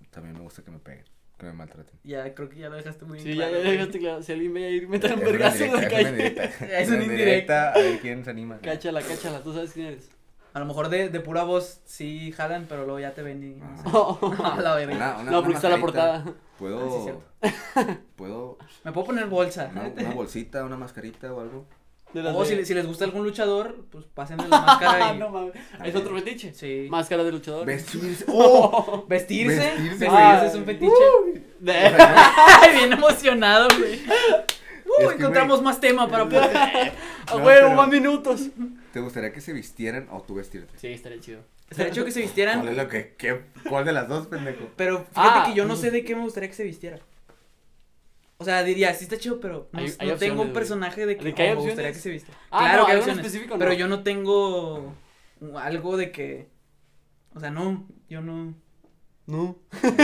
también me gusta que me peguen, que me maltraten.
Ya, creo que ya lo dejaste muy
Sí, ya,
claro,
ya
güey.
dejaste claro. Si alguien ve a ir, metan un
Es una
vergazo en la
indirecta, es una
calle.
indirecta,
Es una indirecta.
A ver quién se anima.
Cáchala, cáchala, tú sabes quién eres.
A lo mejor de, de pura voz sí jalan, pero luego ya te ven y no sé.
Oh, [laughs]
[laughs] A la verga.
Ah, Una- una-
no,
una
porque está la
mascarita.
portada.
Ah, sí,
Puedo. [laughs] Puedo.
Me puedo poner bolsa. [laughs]
Una, una bolsita, una mascarita o algo.
De las
O
de-
si, le- si les gusta algún luchador, pues pásenle
[laughs]
la máscara
Ah,
y...
no mames. Es otro fetiche.
Sí.
Máscara de
[laughs]
luchador. [laughs]
Vestirse. ¡Oh!
[laughs] Vestirse.
Vestirse, Uh.
Vestirse,
güey.
es un fetiche.
De-
[laughs] Ay, bien emocionado, güey. Uh,
Es que,
encontramos
güey.
más tema
[laughs]
para poder.
[laughs]
No,
A huevo,
pero-
más minutos.
¿Te gustaría que se vistieran o tú vestirte?
Sí, estaría chido.
Estaría chido que se
¿Cuál
vistieran,
es lo que, qué- ¿Cuál de las dos, pendejo?
pero fíjate
Ah.
que yo no sé de qué me gustaría que se vistiera. O sea, diría, sí está chido, pero no,
Hay-
no
hay opciones,
tengo un
güey.
personaje de que,
¿De que hay
oh, me gustaría
opciones?
que se vistiera.
Ah,
claro
no,
que hay
algo en
opciones,
específico no.
pero yo no tengo algo de que o sea, no, yo no.
No.
o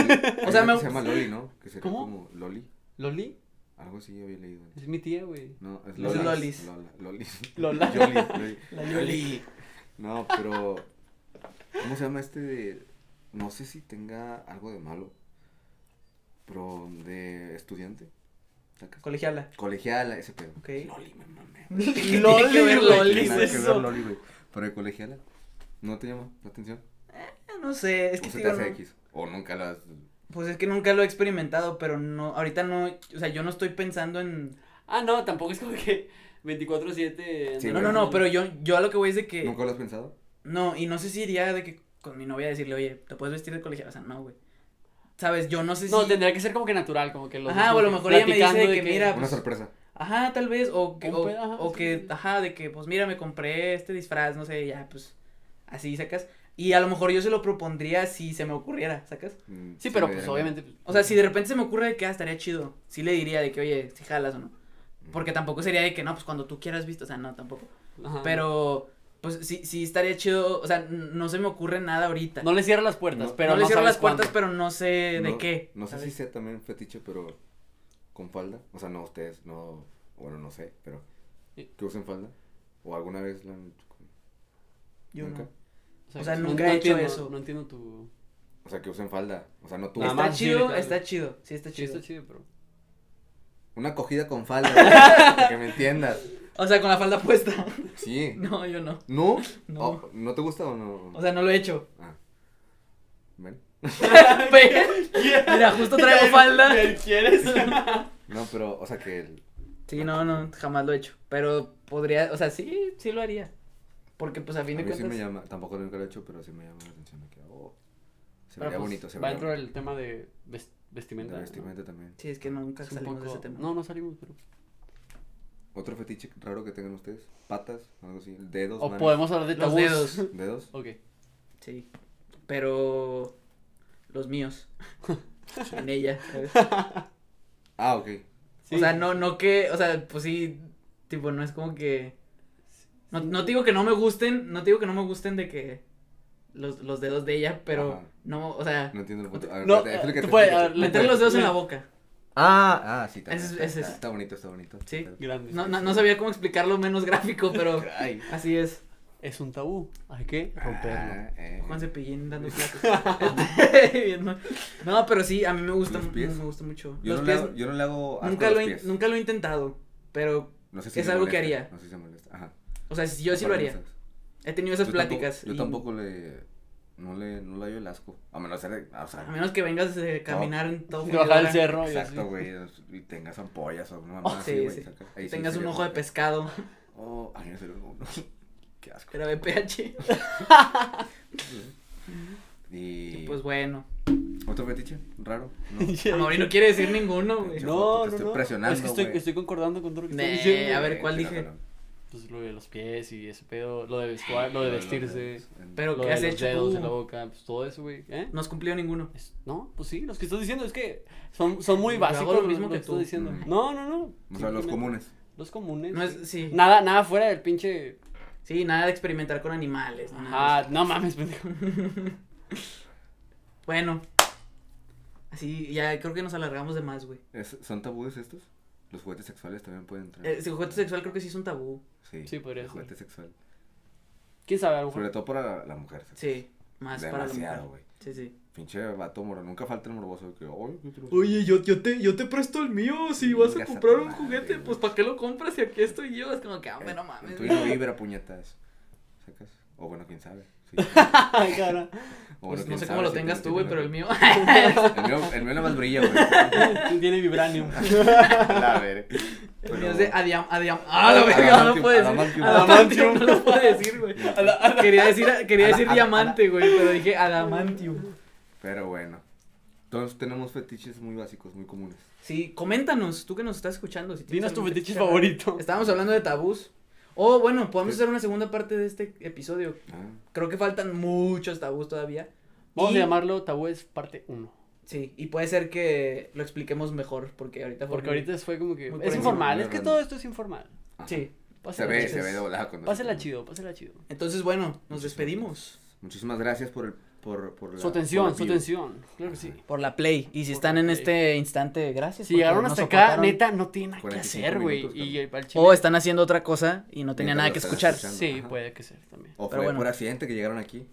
sea,
sea,
me-
Se llama Loli, ¿no? Que sería
¿Cómo?
como Loli.
¿Loli?
Algo así había leído.
Es mi tía, güey.
No, es
Los
Lolis.
Lolis.
Lola- Loli.
Lola.
Yoli, Loli.
La Yoli.
No, pero. ¿Cómo se llama este de.? No sé si tenga algo de malo. Pero de estudiante. ¿Sacas?
[laughs]
Colegiala.
Colegiala, ese pedo.
Ok.
Loli, me mamé.
¿Qué tiene
Loli,
que ver
güey,
Loli
Tiene nada que ver
eso?
Loli, güey. Pero de colegiala. ¿No te llama la atención?
No sé, es
O
que
Pues se
te
te
digo,
hace
no-
X. O nunca la has.
pues es que nunca lo he experimentado, pero no ahorita no, o sea, yo no estoy pensando en
Ah, no, tampoco es como que [laughs] 24-7.
Sí,
No, no, no, pero yo yo a lo que voy es de que
¿Nunca lo has pensado?
No, y no sé si iría de que con mi novia decirle, oye, ¿te puedes vestir de colegial? O sea, no, güey. ¿Sabes? Yo no sé
No,
si.
tendría que ser como que natural, como que los
Ajá,
dos
o a lo
como
mejor ella me dice
platicando
de que mira,
Una
pues-
sorpresa.
Ajá, tal vez. O que,
Un
o,
pedo, ajá,
o
sí,
que,
sí.
ajá, de que, pues mira, me compré este disfraz, no sé, ya, pues. Así sacas. Y a lo mejor yo se lo propondría si se me ocurriera, ¿sacas?
Mm,
Sí, pero
me
pues
daría-
obviamente. pues,
O sea, si de repente se me ocurre de que ah, estaría chido, sí le diría de que, oye, si jalas o no. Porque tampoco sería de que, no, pues cuando tú quieras visto, o sea, no, tampoco.
ajá.
Pero, pues sí, sí estaría chido, o sea, n- no se me ocurre nada ahorita.
No le cierra las puertas,
No-
pero.
no, le cierro
sabes
las puertas,
cuándo.
pero no sé de
No-
qué.
No sé si
¿sabes?
sea también fetiche, pero con falda. O sea, no ustedes, no. Bueno, no sé, pero.
Sí.
¿Que usen falda? ¿O alguna vez lo han hecho? con-
Yo
¿Nunca?
no. o sea,
no-
nunca
no
he hecho
entiendo,
eso.
No entiendo tu.
O sea, que usen falda. O sea, no tú.
Nada
Está
más, sí,
chido,
claro.
está chido. Sí, está
Sí,
chido.
está chido, pero.
Una cogida con falda. güey, [laughs] para que me entiendas.
O sea, con la falda puesta. [laughs]
Sí.
No, yo no.
¿No?
No.
Oh, ¿No te gusta o no?
O sea, no lo he hecho. [laughs]
Ah. ¿Ven?
Ve, [laughs] Mira, justo
[laughs]
traigo falda. [laughs] Pues,
¿Quieres?
No, pero, o sea, que. el-
Sí, no, no, jamás lo he hecho. Pero podría, o sea, sí, sí lo haría. Porque, pues, a
A
fin
mí
de
sí
cuentas.
me llama. Tampoco nunca lo he hecho, pero sí me llama la atención. de que, oh, se
Pero
vería
pues,
bonito. Se
va
vería
dentro del tema de ves- vestimenta.
de
¿no?
vestimenta también.
Sí, es que nunca
Es un
salimos de
poco-
ese tema.
No, no salimos, pero.
Otro fetiche raro que tengan ustedes. Patas, algo así. Dedos.
O
manos.
podemos hablar de
Los
tabús.
dedos.
Dedos.
Ok.
Sí. Pero. Los
[laughs]
míos. en ella, ¿sabes?
Ah, ok.
O sea, no, no que, o sea, pues sí, tipo, no es como que. No, no te digo que no me gusten, no te digo que no me gusten de que los, los dedos de ella, pero
Ajá.
no, o sea,
No entiendo el punto. A ver,
No,
espérate,
eh,
explícate,
tú puedes,
explícate.
a ver, le
meter los dedos en la boca.
Ah, ah, sí, también.
Ese es-
está,
ese es.
está bonito, está bonito.
Sí.
Grande.
No, no, no sabía cómo explicarlo menos gráfico, pero
Ay.
así es.
Es un tabú. Hay que romperlo.
Ah, eh.
Juan Cepillín dando clases. [laughs] Bien, ¿no? no, pero sí, a mí me gusta,
Los
mu-
pies.
me gusta mucho.
Yo,
los
no le
pies,
hago, yo no le hago asco
nunca,
a
lo
los
he-
pies.
nunca lo he intentado, pero,
No sé si
es
le
algo que
molesta,
haría.
No sé si se molesta. Ajá.
o sea, yo sí lo
Para
haría.
mí, ¿sabes?
He tenido esas
Yo
pláticas.
Tampoco,
y-
Yo tampoco le. No le, no le hallo el asco. A menos ser. O sea,
A menos que vengas de caminar en
[laughs]
todo
De [laughs] bajar el
Fundidora,
cerro. y
exacto,
así.
güey. Y tengas ampollas o una mamá
sí,
así, güey.
sí.
saca. Ahí
que
sí
tengas un
sería
ojo de
como que,
pescado, [laughs]
Oh, ay, no [laughs] sé, uno. Qué asco.
era BPH.
Y.
[laughs] Pues bueno,
¿Otro fetiche? Raro.
[laughs]
No.
a Mauri no quiere decir ninguno, güey.
No,
Te
no,
estoy
no.
presionando,
Es que estoy,
güey.
estoy concordando con todo lo que
Nee,
estás
[laughs]
diciendo.
a ver, ¿cuál
Sí,
dije?
no, no.
Pues lo de los pies y ese pedo, lo de vestuar, lo de vestirse,
Pero
lo
¿qué
de
has
los
hecho
dedos
tú?
en la boca, pues todo eso, güey. ¿Eh?
No has cumplido ninguno.
Es- no, pues sí, los que estás diciendo es que son, son muy
Yo hago
básicos
lo
los-
mismo
los
que
que estás
tú.
diciendo.
Mm.
No, no, no.
O sea, los
simplemente-
comunes.
Los comunes.
No
güey.
es, sí.
Nada, nada fuera del pinche.
Sí, nada de experimentar con animales. ni nada de
Ah, no mames,
[laughs]
pendejo.
eso. Bueno. Así, ya creo que nos alargamos de más, güey.
¿Es- ¿Son tabúes estos? Los juguetes sexuales también pueden entrar.
El juguete sexual creo que Eh, sí es un tabú.
Sí,
Sí, podría
el
ser.
juguete sexual.
¿Quién sabe algo?
Sobre todo para la mujer. ¿sabes?
Sí, más para la
Demasiado,
mujer.
güey.
Sí, sí.
Pinche vato moro. Nunca falta el morboso que, "Ay, ¿qué te lo-
yo, yo, te, yo te presto el mío. Si
Chingas a tu madre, güey.
¿para pues, qué lo compras si aquí estoy yo? Es como que, ah,
Eh,
bueno,
en
mames.
Tu hilo vibra, puñetas. ¿Sacas? O bueno, quién sabe.
[laughs]
sí.
Ay, cara.
O bueno,
Pues no
quién
sé
sabe
cómo lo
si
tengas tú,
tiene-
güey, pero el mío.
[laughs]
[laughs]
El mío, el mío nada más brilla, güey.
[laughs]
[laughs]
Tiene vibranium.
[laughs] la ver.
El mío es de Adiam, Adiam. Ah, la verga, no lo
Adamantium,
puedo decir.
adamantium.
Adamantium, no lo puedo decir, güey. Quería decir, quería
Ada-
decir
ada-
diamante, güey, pero dije adamantium.
Pero bueno. Entonces tenemos fetiches muy básicos, muy comunes.
Sí, coméntanos, tú que nos estás escuchando. Si tienes
Dinos tu
algún
fetiche favorito.
Estábamos hablando de tabús. Oh, bueno, podemos
Sí.
hacer una segunda parte de este episodio.
Ah,
Creo que faltan muchos tabús todavía.
Vamos
Y-
a llamarlo Tabúes parte 1.
Sí, y puede ser que lo expliquemos mejor, porque ahorita... fue
Porque
muy-
ahorita fue como que.
Muy por
Es
encima,
informal,
muy
es que
random.
todo esto es informal.
ajá.
Sí.
Se
Pásela
ve,
chido.
se ve doblada cuando.
Pásela chido, pásela chido.
Entonces, bueno, nos despedimos.
Muchísimas gracias por el. Por, por la-
Su
por
atención,
el
su
view.
atención. Claro que sí.
Por la play. Y si
Por
están
la
en
play.
este instante, gracias.
Si
porque
llegaron
nos
hasta acá,
soportaron.
neta, no tienen nada que
45
hacer, güey.
minutos,
Y para el chile.
O están haciendo otra cosa y no tenía
Mientras
nada
lo
que
están
Oh, escuchar.
escuchando.
Sí,
Ajá.
puede que ser también.
O
Pero
fue
bueno.
por accidente que llegaron aquí.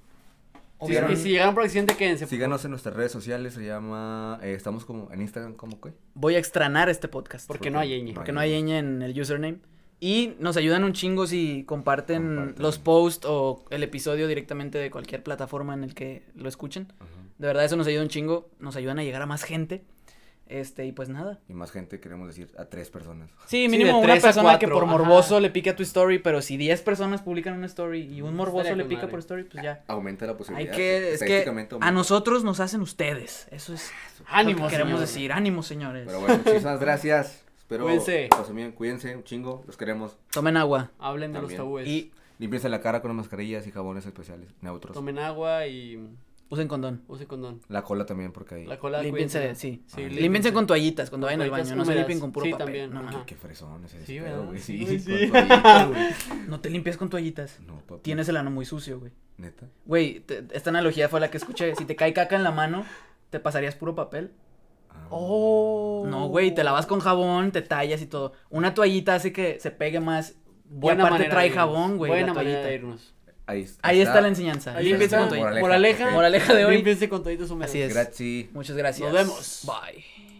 O
Sí,
vieron-
y si llegan por accidente, quédense. por
Síganos en nuestras redes sociales, se llama. eh, estamos como en Instagram, ¿cómo qué?
Voy a extranar este podcast.
Porque no hay ñe.
Porque no hay ñ en el username. Y nos ayudan un chingo si comparten,
Comparten.
los posts o el episodio directamente de cualquier plataforma en el que lo escuchen.
Ajá.
De verdad, eso nos ayuda un chingo. Nos ayudan a llegar a más gente. Este, y pues nada.
Y más gente, queremos decir, a tres personas.
Sí,
de
mínimo una
tres a
persona que
cuatro,
por
ajá.
morboso le pique a tu story, pero si 10 personas publican una story y un morboso
Estaría
le
con
pica
madre.
por story, pues ya.
Aumenta la
Hay
posibilidad.
que, es que
estadísticamente
a
aumenta.
nosotros nos hacen ustedes. Eso es lo
Ánimo,
que queremos
señor.
decir. Ánimo, señores.
Pero bueno, muchísimas gracias.
[laughs]
Espero.
Cuídense.
pasen bien, cuídense un chingo. Los queremos.
Tomen agua.
Hablen de los
También.
tabúes.
Y
Límpiense la cara con las mascarillas y jabones especiales, neutros.
Tomen agua y
usen condón.
usen condón.
La cola también, porque ahí.
La cola
Límpiense,
cuídense.
sí.
Sí,
Límpiense con toallitas cuando vayan al
toallitas
baño. No se
húmedas.
limpien con puro
Sí,
papel.
también,
No,
ajá.
mames.
Qué fresón ese
Sí,
sí,
¿verdad?
güey.
Sí,
Sí,
sí.
con toallita,
[laughs]
güey.
No te limpias con toallitas.
No, papi.
Tienes el ano muy sucio, güey.
Neta.
Güey, te- esta analogía fue la que escuché. Si te cae caca en la mano, te pasarías puro papel.
Ah.
Oh.
No, güey, te lavas con jabón, te tallas y todo. Una toallita hace que se pegue más.
Buena
y aparte
manera
trae
de irnos.
jabón, güey,
Buena
la
manera
toallita.
de irnos.
Ahí,
Ahí está la enseñanza.
Ahí
Límpiense
está.
con toallitas.
Moraleja.
ok.
Moraleja de hoy.
Límpiense con toallitas húmedas.
Así es.
Gracias.
Muchas gracias.
Nos vemos.
Bye.